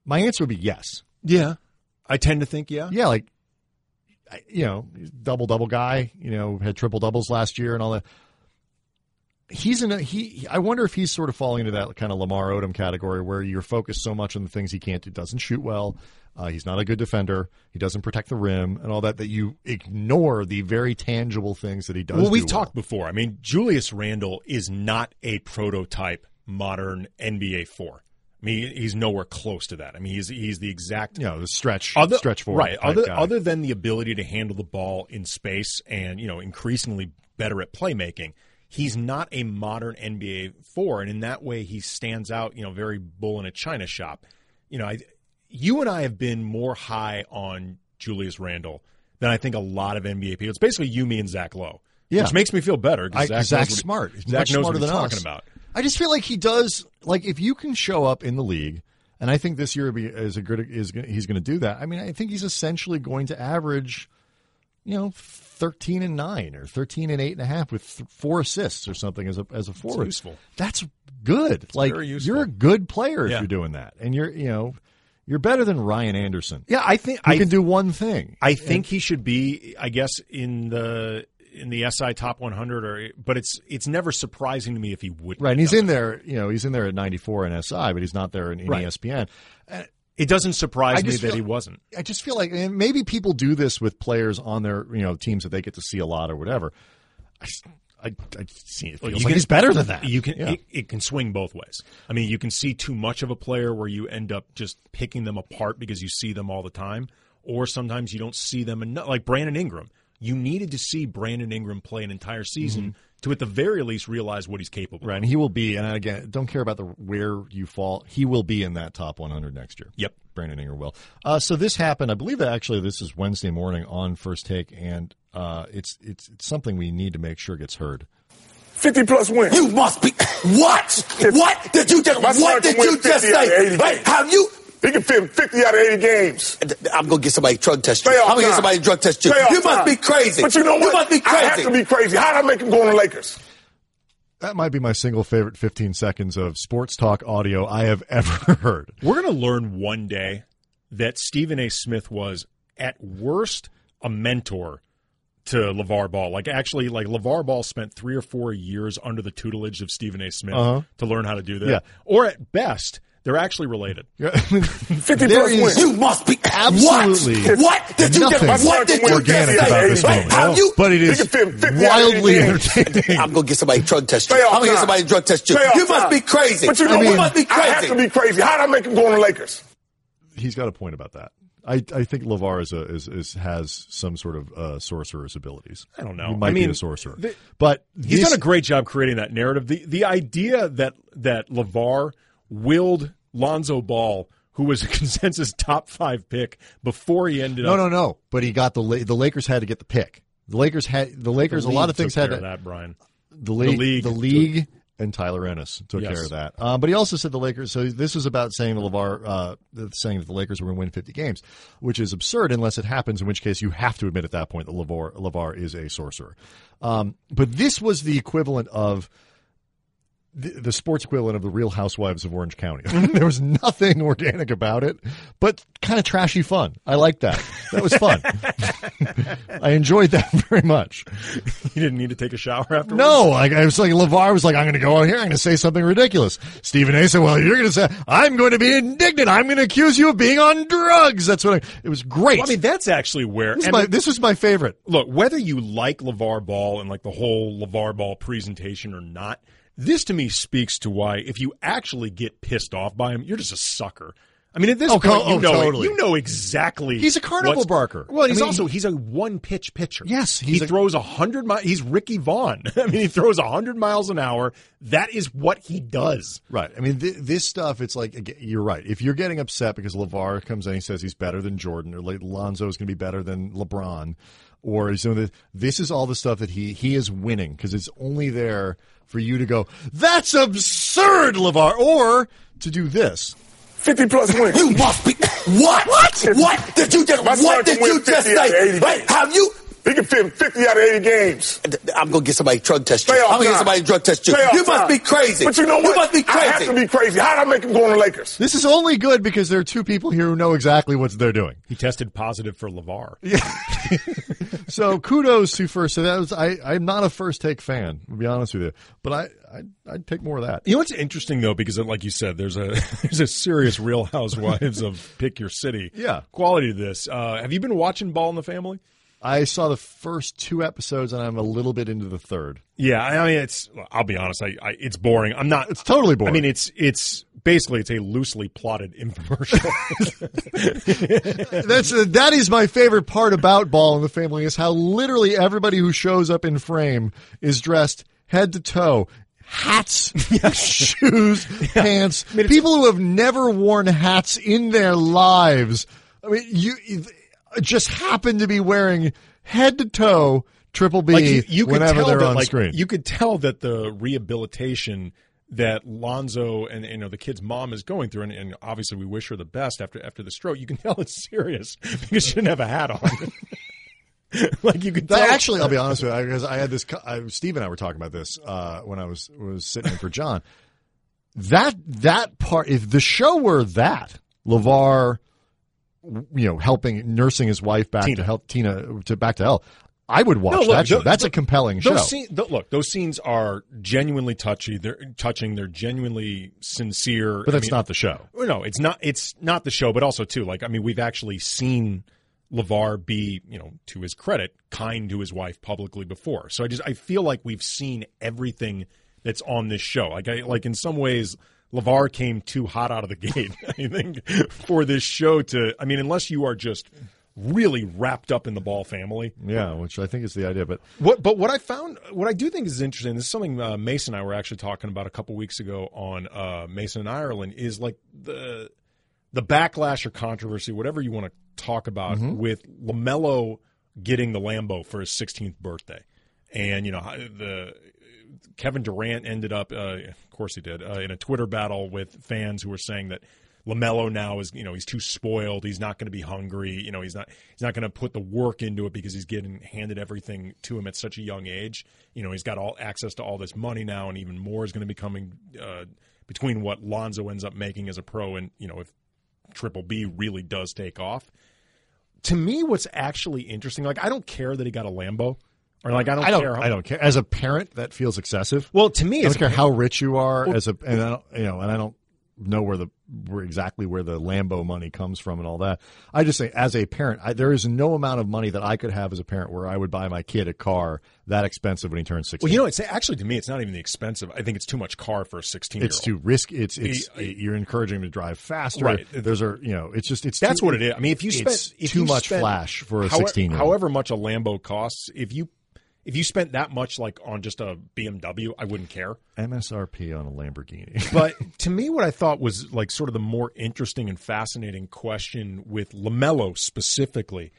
My answer would be yes. Yeah. I tend to think, yeah. Yeah, like I- you know, double double guy. You know, had triple doubles last year and all that. He's in a he. I wonder if he's sort of falling into that kind of Lamar Odom category where you're focused so much on the things he can't do. Doesn't shoot well. Uh, he's not a good defender. He doesn't protect the rim and all that. That you ignore the very tangible things that he does. Well, we've do talked before. I mean, Julius Randle is not a prototype modern NBA four. I mean, he's nowhere close to that. I mean, he's he's the exact Well. You know, the stretch other stretch forward. right? type Other guy. other than the ability to handle the ball in space and you know increasingly better at playmaking, he's not a modern NBA four, and in that way he stands out. You know, very bull in a china shop. You know, I, you and I have been more high on Julius Randle than I think a lot of NBA people. It's basically you, me, and Zach Lowe. Yeah. which makes me feel better. I, because Zach's, smart. He's Zach much knows smarter what he's than talking us. about. I just feel like he does. Like if you can show up in the league, and I think this year would be, is a good is gonna- he's going to do that. I mean, I think he's essentially going to average, you know, thirteen and nine or thirteen and eight and a half with th- four assists or something as a as a forward. useful. That's good. like very useful. you're a good player Yeah. if you're doing that, and you're you know you're better than Ryan Anderson. Yeah, I think You can do one thing. I think he should be, I guess, in the in the SI top 100, or but it's it's never surprising to me if he wouldn't. Right, and he's in there. You know, he's in there at ninety four in SI, but he's not there in, E in Right. ESPN. It doesn't I surprise me just that feel- he wasn't. I just feel like and maybe people do this with players on their you know teams that they get to see a lot or whatever. I s- I, I see it feels Well, you like can- he's better than that. You can Yeah. it, it can swing both ways. I mean, you can see too much of a player where you end up just picking them apart because you see them all the time, or sometimes you don't see them enough. Like Brandon Ingram, you needed to see Brandon Ingram play an entire season to, at the very least, realize what he's capable. of. Mm-hmm. right, and he will be. And again, don't care about the where you fall. He will be in that top 100 next year. Yep. Brandon Ingram will. Uh, so this happened. I believe that actually this is Wednesday morning on First Take, and uh, it's, it's it's something we need to make sure gets heard. 50 plus wins. You must be what? What did you just? My son What can did you win 50 just out of say? 80 Hey, games. have you? He can fit 50 out of 80 games. I'm gonna get somebody to drug test you. Playoff I'm gonna time. get somebody to drug test you. Playoff you must time. be crazy. But you know what? You must be I have to crazy. be crazy. How'd I make him go on the Lakers? That might be my single favorite 15 seconds of sports talk audio I have ever heard. We're going to learn one day that Stephen A. Smith was, at worst, a mentor to LeVar Ball. Like, actually, like LeVar Ball spent three or four years under the tutelage of Stephen A. Smith Uh-huh. to learn how to do that. Yeah. Or at best, they're actually related. 50 plus wins. You must be Absolutely What, what did you just? nothing What did you just organic about say? this Hey, moment. have you? but it is Think of him, 50 wildly out of entertaining. I'm gonna get somebody to drug test you. Playoff I'm gonna time. get somebody to drug test you. Playoff You must time. be crazy. But you know You what? must be I have crazy. to be crazy. How'd I make him go on the Lakers? He's got a point about that. I, I think Lavar is a, is, is has some sort of uh, sorcerer's abilities. I don't know. He might I be mean, a sorcerer, the- but He's this- done a great job creating that narrative. The the idea that that LeVar willed Lonzo Ball, who was a consensus top five pick before he ended no up no no. But he got the La- the Lakers had to get the pick. The Lakers had the Lakers. a lot of took things had care to, of that, Brian. the league, league the league, and Tyler Ennis took Yes. care of that. Um, but he also said the Lakers. So this was about saying the Levar, uh, the- saying that the Lakers were going to win 50 games, which is absurd unless it happens. In which case, you have to admit at that point that Levar Levar is a sorcerer. Um, but this was the equivalent of. The, the sports equivalent of the Real Housewives of Orange County. there was nothing organic about it, but kind of trashy fun. I like that. That was fun. I enjoyed that very much. He didn't need to take a shower after. No, like I was like Levar was like, I'm going to go out here, I'm going to say something ridiculous. Stephen A. said, Well, you're going to say, I'm going to be indignant. I'm going to accuse you of being on drugs. That's what I, it was great. Well, I mean, that's actually where. this, is and my, this was my favorite. look, whether you like LeVar Ball and like the whole LeVar Ball presentation or not, This to me speaks to why if you actually get pissed off by him, you're just a sucker. I mean, at this Oh, point, co- you oh, know it. totally. you know exactly. He's a carnival what's- barker. Well, I he's mean, also he's a one pitch pitcher. Yes, he he's a- throws a hundred. Mi- he's Ricky Vaughn. I mean, he throws a hundred miles an hour. That is what he does. Right. I mean, th- this stuff, it's like, ag- you're right. If you're getting upset because LeVar comes in and he says he's better than Jordan or like Lonzo is going to be better than LeBron or he's doing this, this is all the stuff that he, he is winning because it's only there for you to go, that's absurd, LeVar, or to do this. 50 plus wins. You must be. What? What? What did you just? My son what can did you win just 50 out of say? 80 Wait, games. have you? He can fit 50 out of 80 games. I'm gonna get somebody to drug test you. Playoff I'm gonna get time. somebody to drug test you. Playoff you must time. be crazy. But you know what? You must be I have crazy. to be crazy. How did I make him go on the Lakers? This is only good because there are two people here who know exactly what they're doing. He tested positive for Levar. So kudos to first. So that was, I, I'm not a first take fan, to be honest with you, but I, I, I'd take more of that. You know what's interesting though, because like you said, there's a there's a serious Real Housewives of pick your city. Yeah. quality to this. Uh, have you been watching Ball in the Family? I saw the first two episodes and I'm a little bit into the third. Yeah, I mean it's. I'll be honest, I, I it's boring. I'm not. It's totally boring. I mean it's it's basically it's a loosely plotted infomercial. That's uh, that is my favorite part about Ball in the Family is how literally everybody who shows up in frame is dressed head to toe. Hats, shoes, pants. People who have never worn hats in their lives. I mean, you it- just happen to be wearing head to toe triple B like you, you could whenever tell they're that, on like, screen. You could tell that the rehabilitation that Lonzo and you know the kid's mom is going through, and, and obviously we wish her the best after after the stroke. You can tell it's serious because she didn't have a hat on. like you could tell. That actually, I'll be honest with you, because I had this. co- I, Steve and I were talking about this uh, when I was was sitting in for John. That that part, if the show were that Levar, w- you know, helping nursing his wife back to Tina. help Tina to back to health, I would watch No, look, that show. tho- That's a tho- compelling show. Those scene- th- look, those scenes are genuinely touchy. They're touching. They're genuinely sincere. but that's not the show. not. No, it's not. It's not the show. But also too, like I mean, we've actually seen Levar be, you know, to his credit, kind to his wife publicly before. So I just I feel like we've seen everything that's on this show. Like I like in some ways. Levar came too hot out of the gate, I think, for this show to. I mean, unless you are just really wrapped up in the Ball family, Yeah, which I think is the idea. But what, but what I found, what I do think is interesting, this is something uh, Mason and I were actually talking about a couple weeks ago on uh, Mason in Ireland, is like the the backlash or controversy, whatever you want to talk about, with Lamelo getting the Lambo for his 16th birthday, and you know how- the Kevin Durant ended up, uh, of course he did, uh, in a Twitter battle with fans who were saying that Lamelo now is, you know, he's too spoiled. He's not going to be hungry. You know, he's not he's not going to put the work into it because he's getting handed everything to him at such a young age. You know, he's got all access to all this money now, and even more is going to be coming uh, between what Lonzo ends up making as a pro and you know if Triple B really does take off. To me, what's actually interesting, like I don't care that he got a Lambo, or like I don't, I don't. care. how- I don't care. As a parent, that feels excessive. Well, to me, I it's don't care how rich you are as a and I don't, you know and I don't know where the where exactly where the Lambo money comes from and all that. I just say as a parent, I, there is no amount of money that I could have as a parent where I would buy my kid a car that expensive when he turns sixteen. Well, you know, it's actually to me, it's not even the expensive. I think it's too much car for a sixteen-year-old. it's too risk. It's it's I- you're encouraging him to drive faster. Right. There's a you know it's just it's That's too- what it is. I mean, if you spent it's if too you much spent- flash for a however- sixteen. year old However much a Lambo costs, if you if you spent that much like on just a BMW, I wouldn't care. MSRP on a Lamborghini. But to me, what I thought was like sort of the more interesting and fascinating question with LaMelo specifically.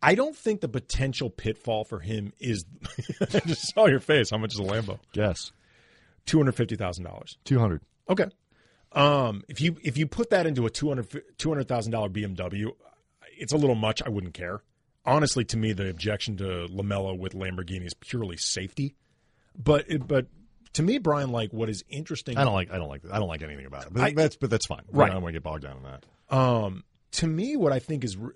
I don't think the potential pitfall for him is. I just saw your face. How much is a Lambo? yes, Two hundred fifty thousand dollars. two hundred. Okay. Um, if you if you put that into a 200 $200,000 BMW, it's a little much. I wouldn't care. Honestly, to me, the objection to Lamelo with Lamborghini is purely safety. But it, but to me, Brian, like what is interesting. I don't like. I don't like. I don't like anything about it. But I- that's but that's fine. Right. I don't want to get bogged down in that. Um, to me, what I think is r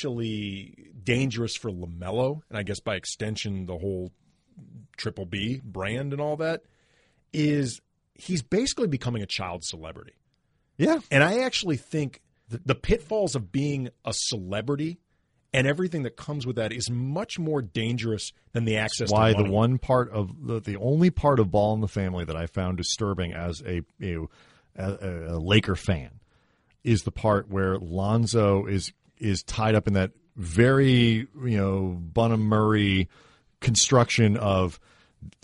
potentially dangerous for Lamelo, and I guess by extension, the whole Triple B brand and all that, is he's basically becoming a child celebrity. Yeah. And I actually think the pitfalls of being a celebrity and everything that comes with that is much more dangerous than the access. why to the money. one part of the, the only part of Ball in the Family that I found disturbing as a a, a, a Laker fan is the part where Lonzo is is tied up in that very you know Bunham Murray construction of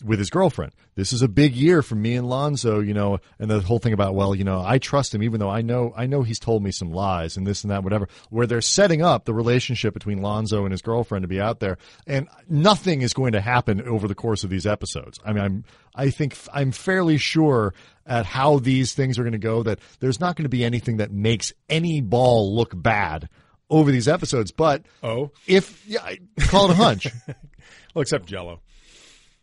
with his girlfriend. This is a big year for me and Lonzo, you know, and the whole thing about well, you know, I trust him even though I know I know he's told me some lies and this and that whatever. Where they're setting up the relationship between Lonzo and his girlfriend to be out there and nothing is going to happen over the course of these episodes. I mean, I'm I think I'm fairly sure at how these things are going to go that there's not going to be anything that makes any ball look bad over these episodes, but Oh? if yeah, I call it a hunch. well, except Jello.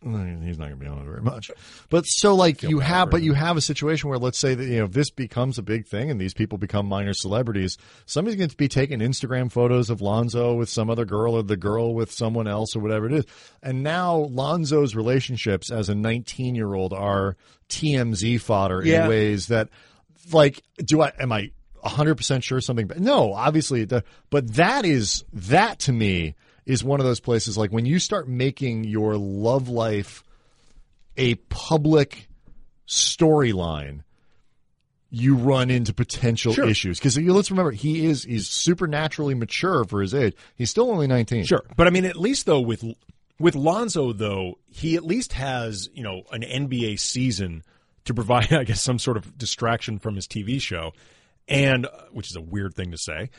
Mm, he's not going to be on it very much. But so like you have, but you have a situation where let's say that you know if this becomes a big thing and these people become minor celebrities. Somebody's going to be taking Instagram photos of Lonzo with some other girl or the girl with someone else or whatever it is. And now Lonzo's relationships as a 19 year old are TMZ fodder Yeah. in ways that like do I am I 100% sure something but no obviously it does. but that is that to me is one of those places like when you start making your love life a public storyline you run into potential Sure. issues because let's remember he is he's supernaturally mature for his age he's still only 19 Sure, but I mean, at least though with with Lonzo though, he at least has you know an NBA season to provide, I guess, some sort of distraction from his TV show, and uh, which is a weird thing to say.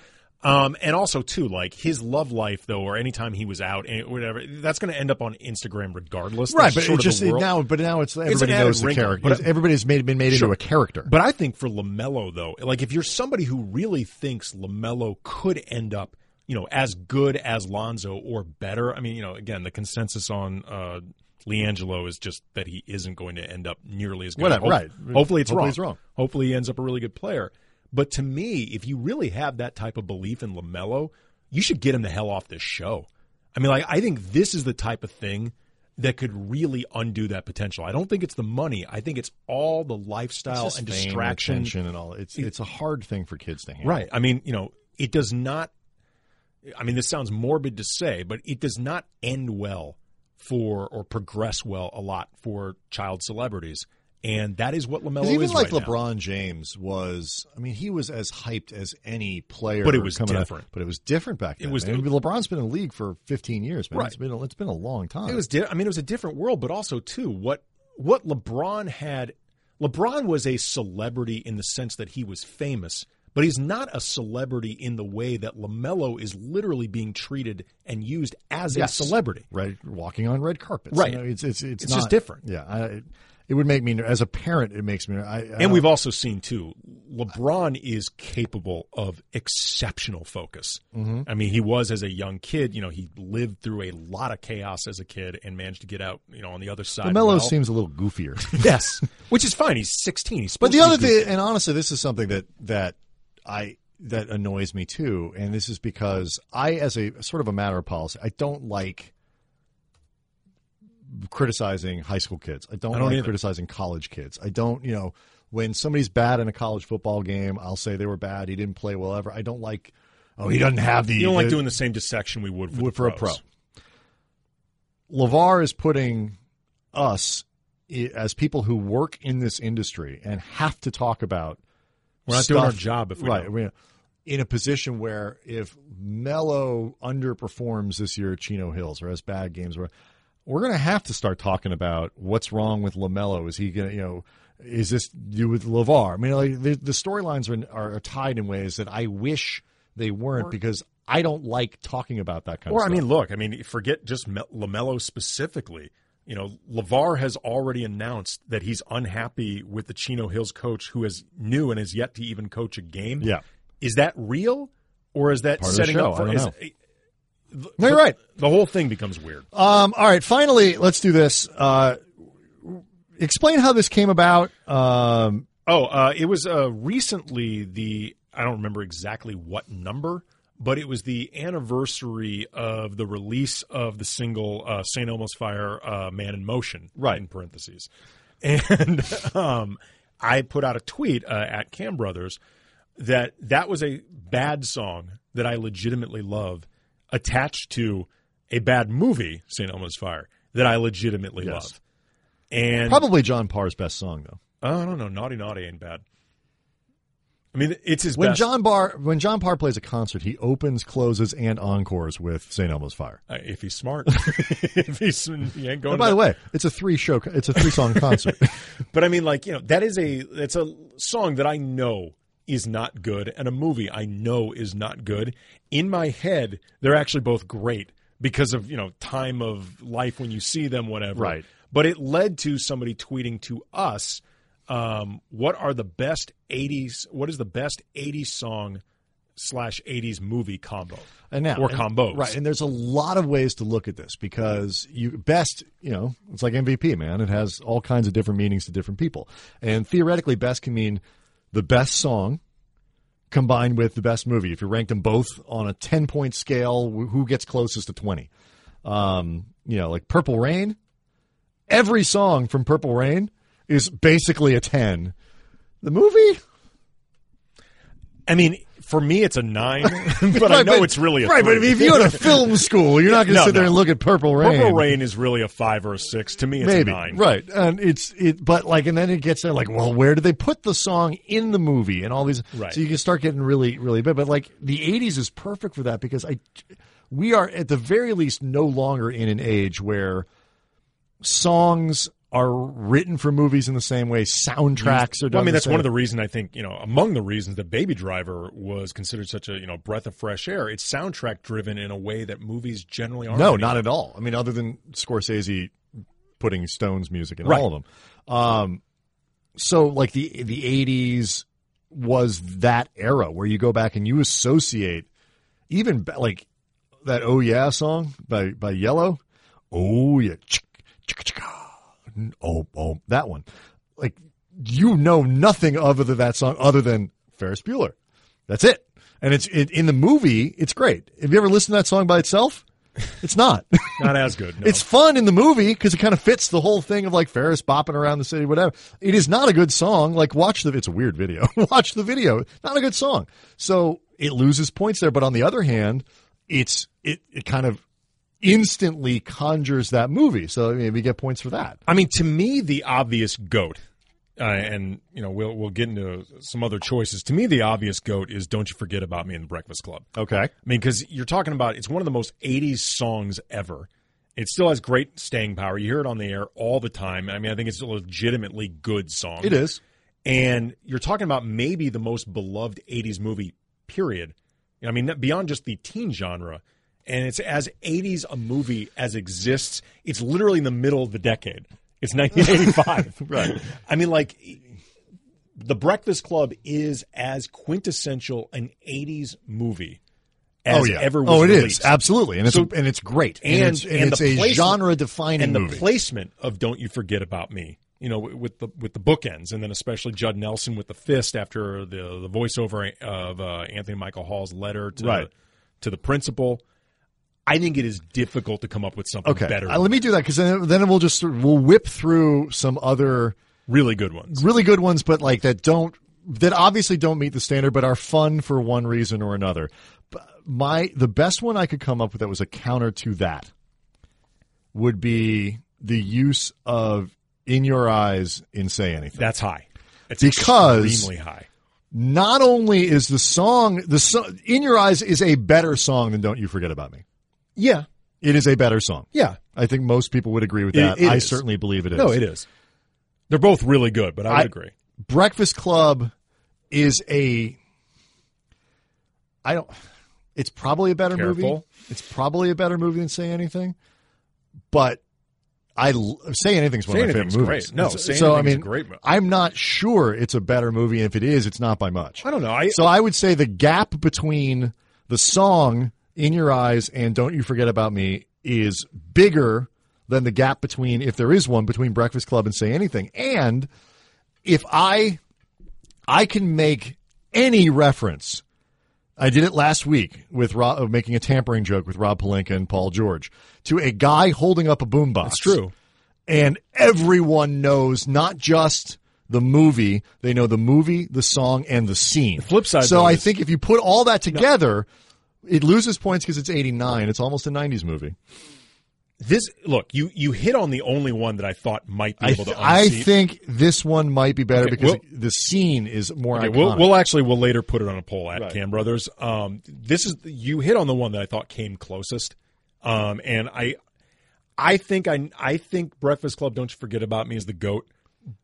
Um, and also too, like his love life though, or anytime he was out, and whatever, that's going to end up on Instagram regardless. right That's but sort it's of just the world. now but now it's everybody an added knows the wrinkle, character but- everybody's made been made Sure. into a character But I think for LaMelo, though, like if you're somebody who really thinks LaMelo could end up, you know, as good as Lonzo or better, I mean, you know, again, the consensus on uh, LiAngelo is just that he isn't going to end up nearly as good. Whatever, Hope- right. Hopefully it's Hopefully wrong. it's wrong. Hopefully he ends up a really good player. But to me, if you really have that type of belief in LaMelo, you should get him the hell off this show. I mean, like, I think this is the type of thing that could really undo that potential. I don't think it's the money. I think it's all the lifestyle It's and just fame, distraction. attention and all it's it's a hard thing for kids to handle Right. I mean, you know, it does not. I mean, this sounds morbid to say, but it does not end well for or progress well a lot for child celebrities, and that is what Lamelo Because even is like right now. LeBron James was, I mean, he was as hyped as any player. But it was coming up. different. but it was different back then. was- I mean, LeBron's been in the league for 15 years, man. Right. It's been a, it's been a long time. It was. Di- I mean, it was a different world, but also too what what LeBron had. LeBron was a celebrity in the sense that he was famous, but he's not a celebrity in the way that Lamelo is literally being treated and used as Yes. a celebrity. red walking on red carpets. Right. You know, it's it's it's, It's just not- different. Yeah. I, it would make me ner- as a parent. It makes me. I, I And we've also seen too, LeBron is capable of exceptional focus. Mm-hmm. I mean, he was as a young kid. You know, he lived through a lot of chaos as a kid and managed to get out. You know, on the other side. Melo well. seems a little goofier. yes, which is fine. He's sixteen. He's But supposed the to be other good. thing, and honestly, this is something that that I that annoys me too, and this is because I, as a sort of a matter of policy, I don't like criticizing high school kids. I don't, I don't like either. criticizing college kids. I don't, you know, when somebody's bad in a college football game, I'll say they were bad. He didn't play well ever. I don't like. Oh, he doesn't have the. You don't like the- doing the same dissection we would for, the would for a pro. pros. Lavar is putting us i- as people who work in this industry and have to talk about. We're not doing our stuff- job if we right. don't. we- in a position where if Mello underperforms this year at Chino Hills or has bad games, where we're going to have to start talking about what's wrong with Lamelo. Is he going to you know? Is this do with Lavar? I mean, like the, the storylines are, are tied in ways that I wish they weren't because I don't like talking about that kind of Or I stuff. mean, look, I mean, forget just Me- Lamelo specifically. You know, Lavar has already announced that he's unhappy with the Chino Hills coach, who is new and has yet to even coach a game. Yeah. is that real, or is that Part of the setting show, up for? I don't is- know. the- No, you're the- right. The whole thing becomes weird. Um, all right, finally, let's do this. Uh, explain how this came about. Um, Oh, uh, it was uh, recently the I don't remember exactly what number, but it was the anniversary of the release of the single uh, "Saint Elmo's Fire" uh, "Man in Motion." Right. in parentheses, and um, I put out a tweet uh, at Cam Brothers that that was a bad song that I legitimately love. attached to a bad movie, St. Elmo's Fire, that I legitimately Yes. love. And Probably John Parr's best song though. Oh, I don't know, Naughty Naughty ain't bad. I mean, it's his When best. John Barr when John Parr plays a concert, he opens, closes, and encores with St. Elmo's Fire. Uh, if he's smart, if he's he ain't And going. Oh, by the way, back. it's a three show, it's a three song concert. but I mean, like you know, that is a that's a song that I know is not good, and a movie I know is not good. In my head, they're actually both great because of you know time of life when you see them, whatever. Right. But it led to somebody tweeting to us, um, "What are the best '80s? What is the best '80s song slash '80s movie combo? And now, or and- combos? right? And there's a lot of ways to look at this because you best, you know, it's like MVP, man. It has all kinds of different meanings to different people, and theoretically, best can mean the best song combined with the best movie. If you ranked them both on a ten point scale, wh- who gets closest to twenty? Um, you know, like Purple Rain. Every song from Purple Rain is basically a ten. The movie, I mean, for me, it's a nine, but I Right, know it's really a right. But I three. mean, if you go to film school, you're not going to No, sit there no. and look at Purple Rain. Purple Rain is really a five or a six. To me, it's maybe a nine. right and it's it but like and then it gets there like well where do they put the song in the movie and all these Right. so you can start getting really really bad but like the 80s is perfect for that because i we are at the very least no longer in an age where songs are written for movies in the same way soundtracks are done Well, I mean, the that's one same- of the reasons I think you know among the reasons that Baby Driver was considered such a you know breath of fresh air. It's soundtrack driven in a way that movies generally aren't. No, anymore. not at all. I mean, other than Scorsese putting Stones music in Right. all of them. Um, so like the the eighties was that era where you go back and you associate even ba- like that "Oh Yeah" song by by Yellow. Oh yeah, chick, chick, chick, ah. oh oh that one. Like you know nothing other than that song other than Ferris Bueller. That's it. And it's it, in the movie. It's great. Have you ever listened to that song by itself? It's not. not as good. No. It's fun in the movie because it kind of fits the whole thing of like Ferris bopping around the city, whatever. It is not a good song. Like watch the, it's a weird video. watch the video. Not a good song. So it loses points there. But on the other hand, it's it, it kind of instantly conjures that movie. So maybe you get points for that. I mean, to me, the obvious goat, uh, and you know we'll we'll get into some other choices. To me, the obvious goat is "Don't You Forget About Me" in the Breakfast Club. Okay. I mean, because you're talking about it's one of the most 80s songs ever. It still has great staying power. You hear it on the air all the time. I mean, I think it's a legitimately good song. It is. And you're talking about maybe the most beloved 80s movie, period. I mean, beyond just the teen genre. And it's as 80s a movie as exists. It's literally in the middle of the decade. It's 1985. right. I mean, like, The Breakfast Club is as quintessential an 80s movie as oh yeah. ever was oh, it is released. absolutely, and it's So- and it's great, and, And- it's, and and it's the a place- genre defining and the movie. placement of "Don't You Forget About Me," you know, with the with the bookends, and then especially Judd Nelson with the fist after the the voiceover of uh, Anthony Michael Hall's letter to Right. the, to the principal. I think it is difficult to come up with something okay, better, Uh, let me do that because then, then we'll just we'll whip through some other. really good ones. really good ones, but like that don't that obviously don't meet the standard, but are fun for one reason or another. B- My the best one I could come up with that was a counter to that would be the use of "In Your Eyes" in "Say Anything." That's high. It's Because- extremely high. Not only is the song the so, "In Your Eyes" is a better song than "Don't You Forget About Me." Yeah, It is a better song. yeah. I think most people would agree with It- that. it I is. certainly believe it is. No, it is. They're both really good, but I would I- agree. Breakfast Club is a I don't it's probably a better movie. Careful. It's probably a better movie than Say Anything. But I l- Say Anything's one Say of my Anything's favorite movies. great. No, It's- Say so I Anything's mean a great movie. I'm not sure it's a better movie and if it is it's not by much. I don't know. I So I would say the gap between the song In Your Eyes and Don't You Forget About Me is bigger than the gap between, if there is one, between Breakfast Club and Say Anything. And if I I can make any reference. I did it last week with Rob, of making a tampering joke with Rob Palenka and Paul George to a guy holding up a boombox. it's true. And everyone knows not just the movie, they know the movie, the song, and the scene. The flip side, So though, I is- think if you put all that together, It loses points because it's 89. It's almost a 90s movie. This look, you you hit on the only one that I thought might be I, able to. I unseat. think this one might be better Okay, because we'll- the scene is more Okay, iconic. we'll, we'll actually we'll later put it on a poll at Right. Cam Brothers. Um, this is you hit on the one that I thought came closest, um, and I I think I I think Breakfast Club. Don't you forget about me is the goat,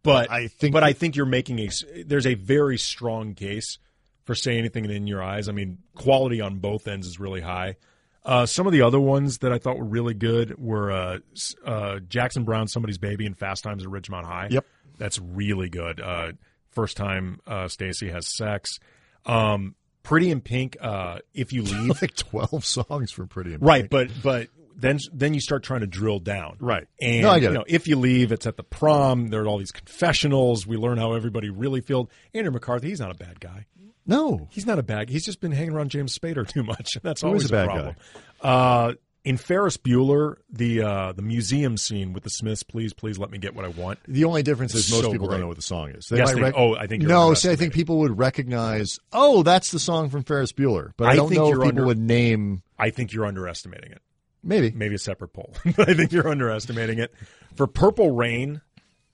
but I think- but I think you're making a s- there's a very strong case for say anything in your eyes. I mean, quality on both ends is really high. Uh, some of the other ones that I thought were really good were uh, s- uh, Jackson Brown, Somebody's Baby, and Fast Times at Ridgemont High. Yep. That's really good. Uh, first time uh, Stacy has sex. Um, Pretty in Pink. Uh, if you leave, like 12 songs from Pretty. in right? But but then then you start trying to drill down, Right. And No, I get you it. know, if you leave, it's at the prom. There are all these confessionals. We learn how everybody really felt. Andrew McCarthy, he's not a bad guy. Pink. No. He's not a bad. He's just been hanging around James Spader too much. That's Who always is a bad problem. Uh, in Ferris Bueller, the uh, the museum scene with the Smiths, please, please let me get what I want. The only difference is It's most so people great. don't know what the song is. They Yes, might they- oh, I think you're no. See, I think underestimating. people would recognize. Oh, that's the song from Ferris Bueller, but I, I don't think know if you're people under- would name. I think you're underestimating it. Maybe Maybe a separate poll. But I think you're underestimating it. For Purple Rain,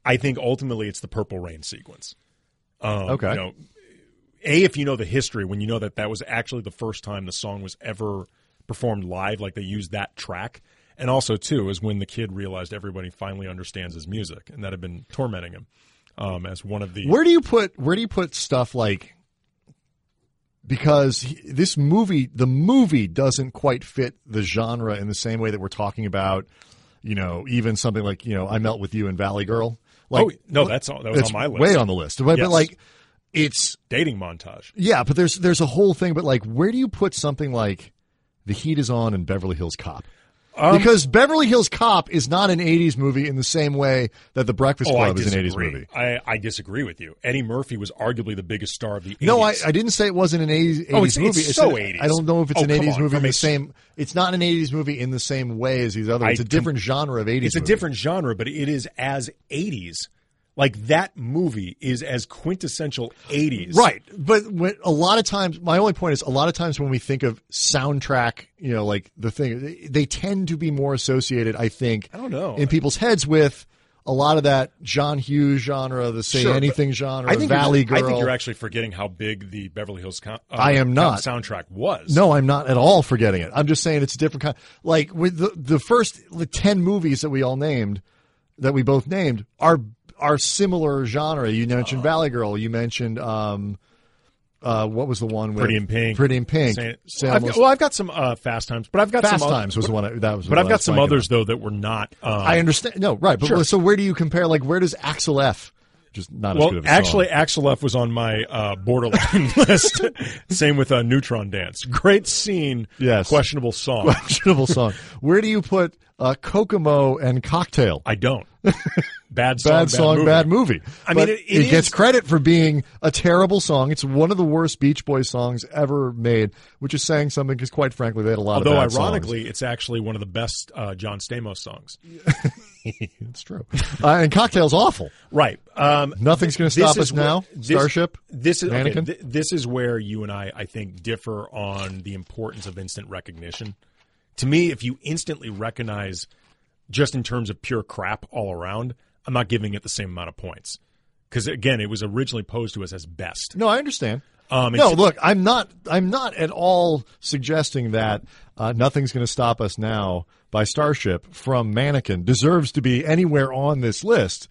I think ultimately it's the Purple Rain sequence. Um, Okay. You know, a if you know the history, when you know that that was actually the first time the song was ever performed live, like they used that track, and also too is when the kid realized everybody finally understands his music, and that had been tormenting him um, as one of the where do you put where do you put stuff like because he- this movie the movie doesn't quite fit the genre in the same way that we're talking about you know even something like you know i melt with you and valley girl like oh no that's all that was that's on my list way on the list but, Yes. but like it's dating montage. yeah but there's there's a whole thing but like where do you put something like the heat is on and beverly hills cop Um, because Beverly Hills Cop is not an 80s movie in the same way that The Breakfast Oh, I Club is an disagree. 80s movie. I, I disagree with you. Eddie Murphy was arguably the biggest star of the 80s. No, I, I didn't say it wasn't an 80s, 80s Oh, it's- it's movie. so an- 80s. I don't know if it's Oh, an come 80s on, movie from in the a- same. It's not an 80s movie in the same way as these other. I It's a com- different genre of 80s. it's a movie. different genre, but it is as 80s. Like that movie is as quintessential 80s. Right, but when, a lot of times, my only point is, a lot of times when we think of soundtrack, you know, like the thing, they, they tend to be more associated. I think I don't know. in people's heads with a lot of that John Hughes genre, the say Sure, but anything genre, I think you're- Valley Girl. I think you're actually forgetting how big the Beverly Hills co- uh, I am not. soundtrack was. No, I'm not at all forgetting it. I'm just saying it's a different kind. Like with the the first like, ten movies that we all named, that we both named are are similar genre. You mentioned Uh-huh. Valley Girl. You mentioned um, uh, what was the one with Pretty in Pink. Pretty in Pink. Say- Sam I've got- was- well, I've got some uh, Fast Times, but I've got Fast some oth- Times was the one. I, that was. the But one I've I got was some blanking on. others though that were not. Um, I understand. No, right. But Sure. so where do you compare? Like where does Axel F? Just not as good well, of a song. actually, Axel F was on my uh, borderline list. Same with uh, Neutron Dance. Great scene. Yes. Questionable song. questionable song. Where do you put uh, Kokomo and Cocktail? I don't. Bad song. bad song, movie. bad movie. I But mean, it- it it, gets is- credit for being a terrible song. It's one of the worst Beach Boys songs ever made, which is saying something because, quite frankly, they had a lot Although of bad ironically, it's actually one of the best uh, John Stamos songs. songs. it's true. uh, and Cocktail's awful. Right. Um, Nothing's going to this stop is us now. where- this- Starship. This is okay, Mannequin? th- this is where you and I, I think, differ on the importance of instant recognition. To me, if you instantly recognize, just in terms of pure crap all around, I'm not giving it the same amount of points because again, it was originally posed to us as best. No, I understand. Um, no, it's- look, I'm not. I'm not at all suggesting that uh, nothing's going to stop us now by Starship from Mannequin deserves to be anywhere on this list,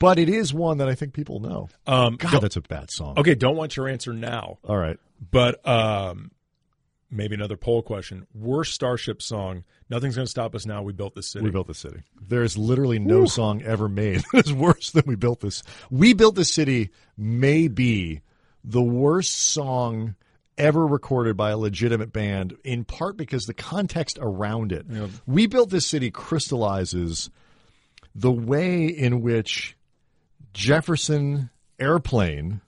but it is one that I think people know. Um, God, that's a bad song. okay, don't want your answer now. All right. But um, maybe another poll question: Worst Starship song? Nothing's going to stop us now. We built this city. We built this city. There is literally no song ever made that is worse than "We Built This." "We Built This City" may be the worst song ever recorded by a legitimate band, in part because the context around it. "We Built This City" crystallizes the way in which Jefferson Airplane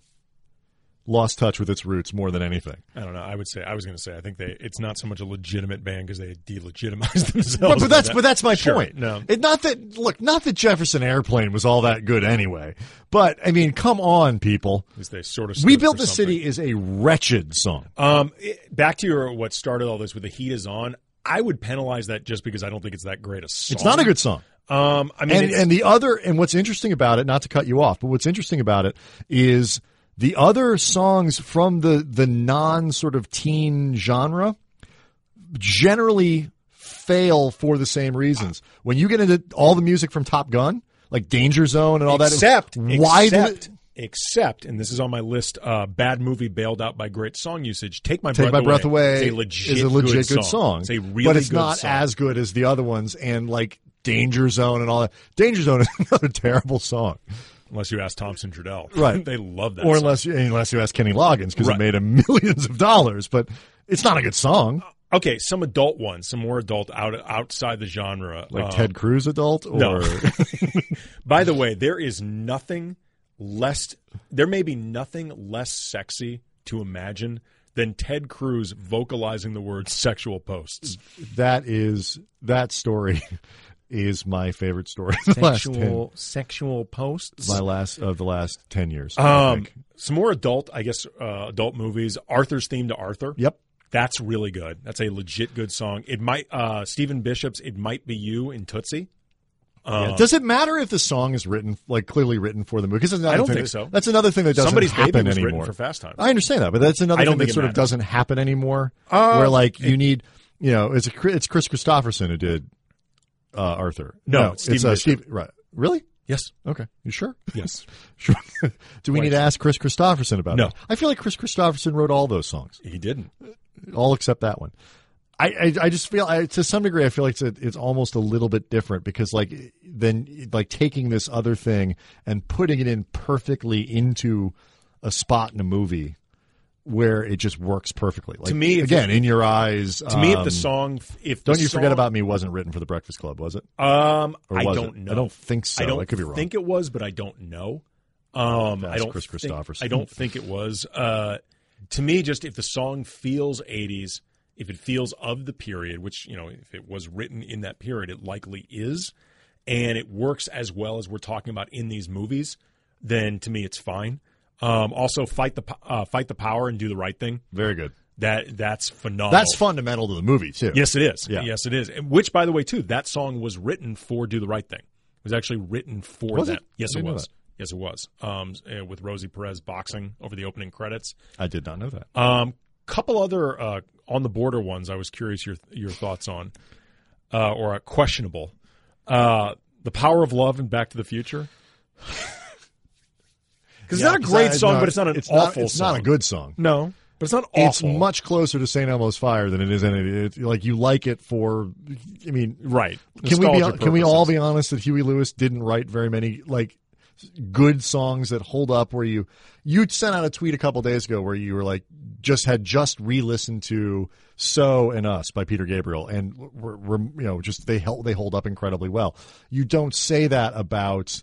lost touch with its roots more than anything. I don't know. I would say I was going to say I think they it's not so much a legitimate band because they delegitimize themselves. But, but that's that- but that's my Sure, point. No, it, not that look, not that Jefferson Airplane was all that good anyway. But I mean, come on, people. because they sort of We stood built for the something. city is a wretched song. Um, it- back to your what started all this with the heat is on. I would penalize that just because I don't think it's that great a song. It's not a good song. Um, I mean, and it's- and the other and what's interesting about it not to cut you off but what's interesting about it is the other songs from the the non sort of teen genre generally fail for the same reasons when you get into all the music from top gun like danger zone and all except, that it's widely- except, except, and this is on my list. Uh, bad movie bailed out by great song usage. Take my Take breath My Breath Away It's a legit, is a legit good, song. It's a really but it's good not song. as good as the other ones and like Danger Zone and all that. Danger Zone is another terrible song. unless you ask Thompson Trudell. Right. they love that. or song. unless you, unless you ask Kenny Loggins because Right. it made him millions of dollars, but it's not a good song. okay, some adult ones, some more adult out outside the genre. Like Um, Ted Cruz adult or No. By the way, there is nothing less. There may be nothing less sexy to imagine than Ted Cruz vocalizing the word "sexual posts." that is that story is my favorite story. of the last 10 Sexual, sexual posts. my last of the last 10 years. I Um, think. some more adult, I guess, uh, adult movies. Arthur's theme to Arthur. yep. That's really good. That's a legit good song. It might uh Stephen Bishop's "It Might Be You" in Tootsie. Um, Yeah. Does it matter if the song is written like clearly written for the movie? Because I don't think so. That's another thing that doesn't Somebody's happen baby was anymore. Ah. written for Fast Times. I understand that, but that's another I thing don't that think it sort of matters. Uh, doesn't happen anymore. where like you need, you know, it's a, Chri- it's Chris Christopherson who did uh, Arthur. No, it's Steve uh, Bishop. Steve. Right? Really? yes, Okay. You sure? yes. Sure. Do we need to ask Chris Christopherson about No. it? I feel like Chris Christopherson wrote all those songs, He didn't. all except that one. I, I, I just feel I, to some degree I feel like it's, a, it's almost a little bit different because like then like taking this other thing and putting it in perfectly into a spot in a movie where it just works perfectly. Like, To me, if again, in your eyes. um, To me, if the song, if the don't you forget song- about me wasn't written for the Breakfast Club, was it? Um, Or I was don't it? I know. don't think so. I don't I could be wrong. think it was, but I don't know. Um, I That's don't Chris think, Christopherson. I don't think it was. Uh, to me, just if the song feels '80s, if it feels of the period, which you know, if it was written in that period, it likely is, and it works as well as we're talking about in these movies, then to me, it's fine. Um, also, fight the po- uh, fight the power and do the right thing. Very good. That that's phenomenal. That's fundamental to the movie too. uh, Yes, it is. Yeah. Yes, it is. And Which, by the way, too, that song was written for "Do the Right Thing." It was actually written for Was them. it? Yes, I it didn't know was. that. Yes, it was. Um, uh, with Rosie Perez boxing over the opening credits. I did not know that. Um, couple other uh, on the border ones. I was curious your your thoughts on, uh, or uh, questionable. Uh, the power of love and Back to the Future. Because Yeah, it's not a great it's song, not- but it's not an it's not- awful. it's song. not a good song. No, but it's not awful. It's much closer to St. Elmo's Fire than it is any. It, like you like it for, I mean, right. can we be, Nostalgia can we all purposes. be honest that Huey Lewis didn't write very many like good songs that hold up? Where you you sent out a tweet a couple days ago where you were like just had just re-listened to "So and Us" by Peter Gabriel, and we're, we're you know just they held they hold up incredibly well. You don't say that about.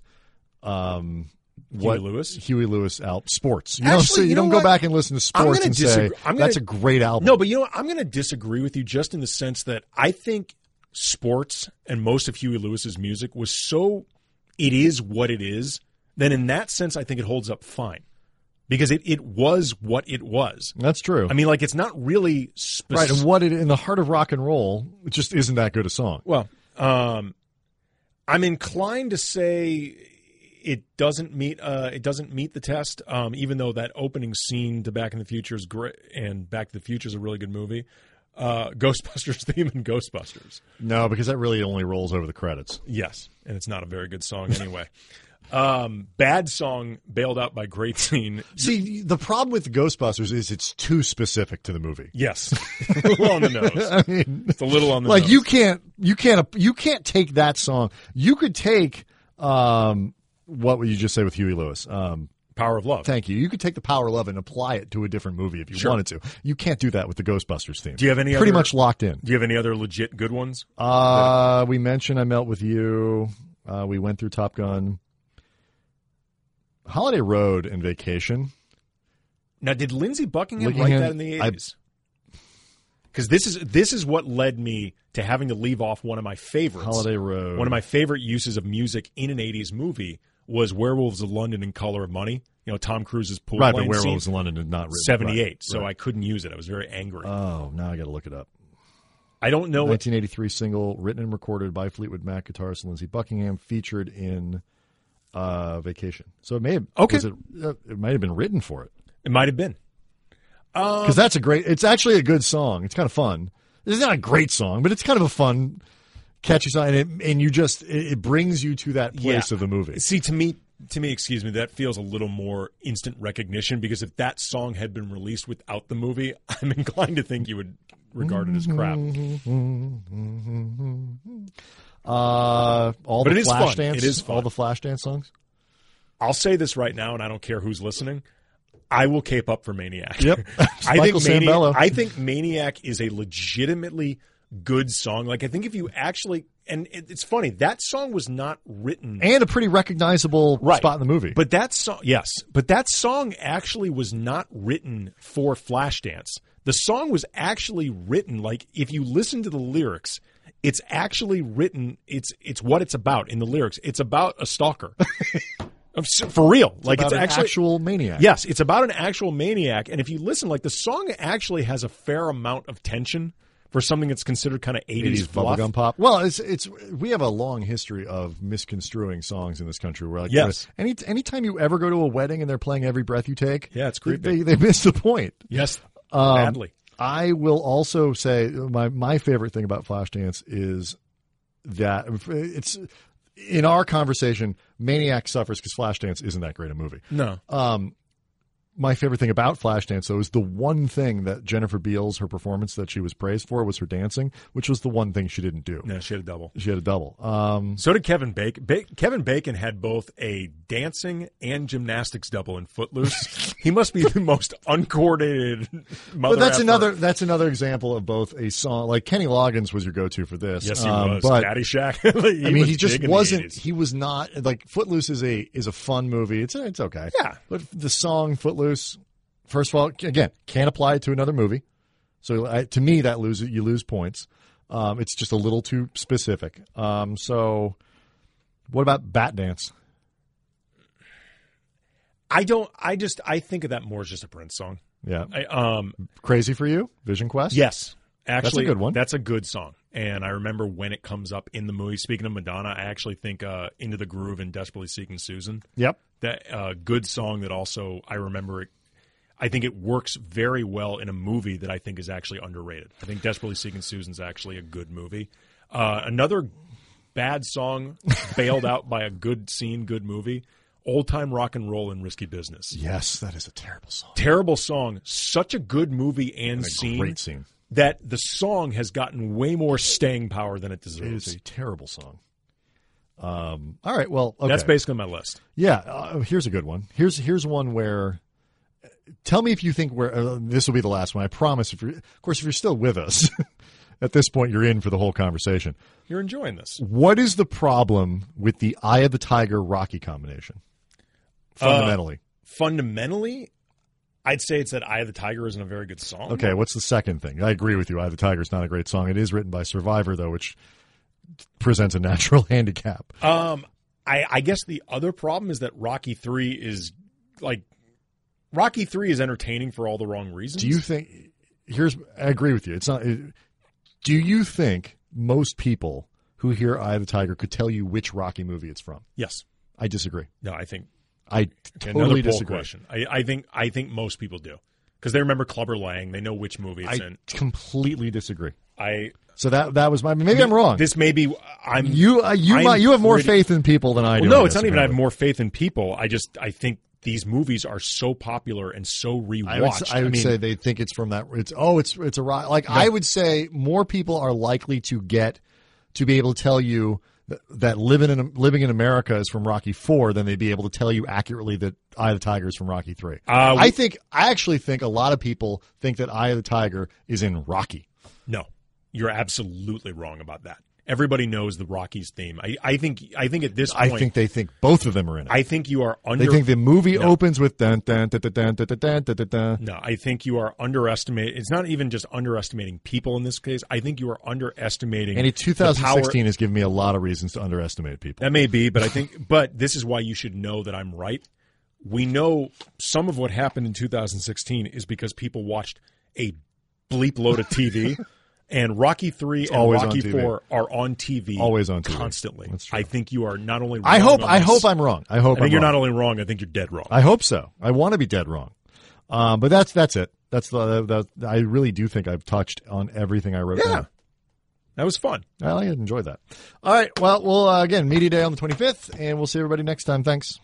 Um, what Lewis? Huey Lewis out sports. You Actually, know, so you, you know don't what? go back and listen to I'm sports gonna and disagree. say I'm gonna- that's a great album. No, but you know what? I'm going to disagree with you just in the sense that I think sports and most of Huey Lewis's music was so it is what it is. Then in that sense, I think it holds up fine because it, it was what it was. that's true. I mean, like it's not really right, specific. and what it in the heart of rock and roll it just isn't that good a song. Well, um, I'm inclined to say it doesn't meet uh, it doesn't meet the test. Um, even though that opening scene to Back in the Future is great, and Back to the Future is a really good movie. Uh, Ghostbusters theme and Ghostbusters. No, because that really only rolls over the credits. Yes, and it's not a very good song anyway. um, bad song bailed out by great scene. See, the problem with Ghostbusters is it's too specific to the movie. Yes, a little on the nose. I mean, It's a little on the like nose. you can't, you can't, you can't take that song. You could take, um, what would you just say with Huey Lewis? Um, Power of Love. thank you. You could take the Power of Love and apply it to a different movie if you wanted to. You can't do that with the Ghostbusters theme. Do you have any pretty other- much locked in? Do you have any other legit good ones? Uh, we mentioned I Melt With You. Uh, we went through Top Gun. Holiday Road and Vacation Now, did Lindsey Buckingham, like Buckingham- that in the I- eighties? Because this is this is what led me to having to leave off one of my favorites, Holiday Road. One of my favorite uses of music in an eighties movie was Werewolves of London in Color of Money. You know, Tom Cruise's pool Right, but line Werewolves scene, in London did not seventy eight. So I couldn't use it. I was very angry. oh, now I got to look it up. I don't know. what 1983 single written and recorded by Fleetwood Mac guitarist Lindsey Buckingham, featured in uh, Vacation. So it may have, Okay. was it, uh, it might have been written for it it might have been. because that's a great. It's actually a good song. It's kind of fun. It's not a great song, but it's kind of a fun, catchy song, and it, and you just it, it brings you to that place Yeah. of the movie. See, to me, to me, excuse me, that feels a little more instant recognition because if that song had been released without the movie, I'm inclined to think you would regard it as crap. Uh, all But the it is flash fun. dance. It is fun. all the flash dance songs. I'll say this right now, and I don't care who's listening. I will cape up for Maniac. Yep. I Michael think Maniac, Sambello. I think Maniac is a legitimately good song. Like I think if you actually, and it, it's funny that song was not written and a pretty recognizable right. spot in the movie. But that song, yes, but that song actually was not written for Flashdance. The song was actually written like if you listen to the lyrics, it's actually written. It's it's what it's about in the lyrics. It's about a stalker, I'm s- for real. like About it's an actually actual maniac. Yes, it's about an actual maniac, and if you listen, like the song actually has a fair amount of tension for something that's considered kind of 80s eighties bubblegum pop. Well, it's it's we have a long history of misconstruing songs in this country. Where like, uh, Yes. any anytime you ever go to a wedding and they're playing "Every Breath You Take," Yeah, it's creepy. They, they, they miss the point. Yes, Um, badly. I will also say my my favorite thing about Flashdance is that it's in our conversation. Maniac suffers because Flashdance isn't that great a movie. No, my favorite thing about Flashdance, though, is the one thing that Jennifer Beals, her performance that she was praised for was her dancing, which was the one thing she didn't do. no, she had a double. She had a double. Um, So did Kevin Bacon. Ba- Kevin Bacon had both a dancing and gymnastics double in Footloose. he must be the most uncoordinated mother. but that's effer. another that's another example of both a song like Kenny Loggins was your go to for this. Yes, he Um, was. But Daddy Shack. Like, I mean, was he big just in the wasn't. 80s. He was not like Footloose is a is a fun movie. It's it's okay. Yeah. but the song Footloose, first of all, again, can't apply it to another movie. So I, to me, that loses you lose points. Um, it's just a little too specific. Um, so, what about Bat Dance? I don't. I just. I think of that more as just a Prince song. Yeah, I, um. Crazy for You, Vision Quest. Yes. Actually, good one. That's a good song. And I remember when it comes up in the movie. Speaking of Madonna, I actually think uh, "Into the Groove" and "Desperately Seeking Susan." Yep. that uh, good song that also I remember it. I think it works very well in a movie that I think is actually underrated. I think Desperately Seeking Susan's actually a good movie. Uh, another bad song bailed out by a good scene, good movie. Old time rock and roll and risky business. Yes, that is a terrible song. Terrible song, such a good movie and, a scene, great scene. that the song has gotten way more staying power than it It is deserves. a terrible song. Um, all right. Well, okay. That's basically my list. Yeah, uh, here's a good one. Here's here's one where. Tell me if you think where uh, this will be the last one. I promise. If you're, of course, if you're still with us at this point, you're in for the whole conversation. You're enjoying this. What is the problem with the Eye of the Tiger Rocky combination? Fundamentally, fundamentally, I'd say it's that Eye of the Tiger isn't a very good song. okay. What's the second thing? I agree with you. Eye of the Tiger is not a great song. It is written by Survivor though, which presents a natural handicap. Um, I, I guess the other problem is that Rocky Three is like Rocky Three is entertaining for all the wrong reasons. Do you think? Here's I agree with you. It's not. It, do you think most people who hear "Eye of the Tiger" could tell you which Rocky movie it's from? Yes. I disagree. No, I think I another totally poll disagree. question. I, I think I think most people do because they remember Clubber Lang. They know which movie it's I in. completely disagree. I So that that was my. Maybe I'm wrong. this may be I'm you uh, you I'm might, you have more pretty- faith in people than I do. Well, in no, it's this, not even. I have apparently. more faith in people. I just I think these movies are so popular and so rewatched. I would, s- I would mean, say they think it's from that. It's oh, it's it's a rock. Like I would say, more people are likely to get to be able to tell you th- that living in living in America is from Rocky Four than they'd be able to tell you accurately that Eye of the Tiger is from Rocky Three. Uh, we- I think I actually think a lot of people think that Eye of the Tiger is in Rocky. No, you're absolutely wrong about that. Everybody knows the Rockies theme. I, I think I think at this I point think they think both of them are in it. I think you are under they think the movie No. opens with dun dun dun dun dun dun dun dun dun. dun. No, I think you are underestimating. It's not even just underestimating people in this case. I think you are underestimating. And in Mm. the 2016 power- has given me a lot of reasons to underestimate people. that may be, but I think, but this is why you should know that I'm right. We know some of what happened in 2016 is because people watched a bleep load of TV, and Rocky Three and always on Rocky TV. Four are on TV, Always on TV. constantly. That's true. I think you are not only. I wrong hope on I this- hope I'm wrong. I hope I think am you're wrong. not only wrong. I think you're dead wrong. I hope so. I want to be dead wrong, um, but that's that's it. That's the that, I really do think I've touched on everything I wrote. Yeah. down. that was fun. I enjoyed that. All right. Well, we'll uh, again media day on the 25th, and we'll see everybody next time. Thanks.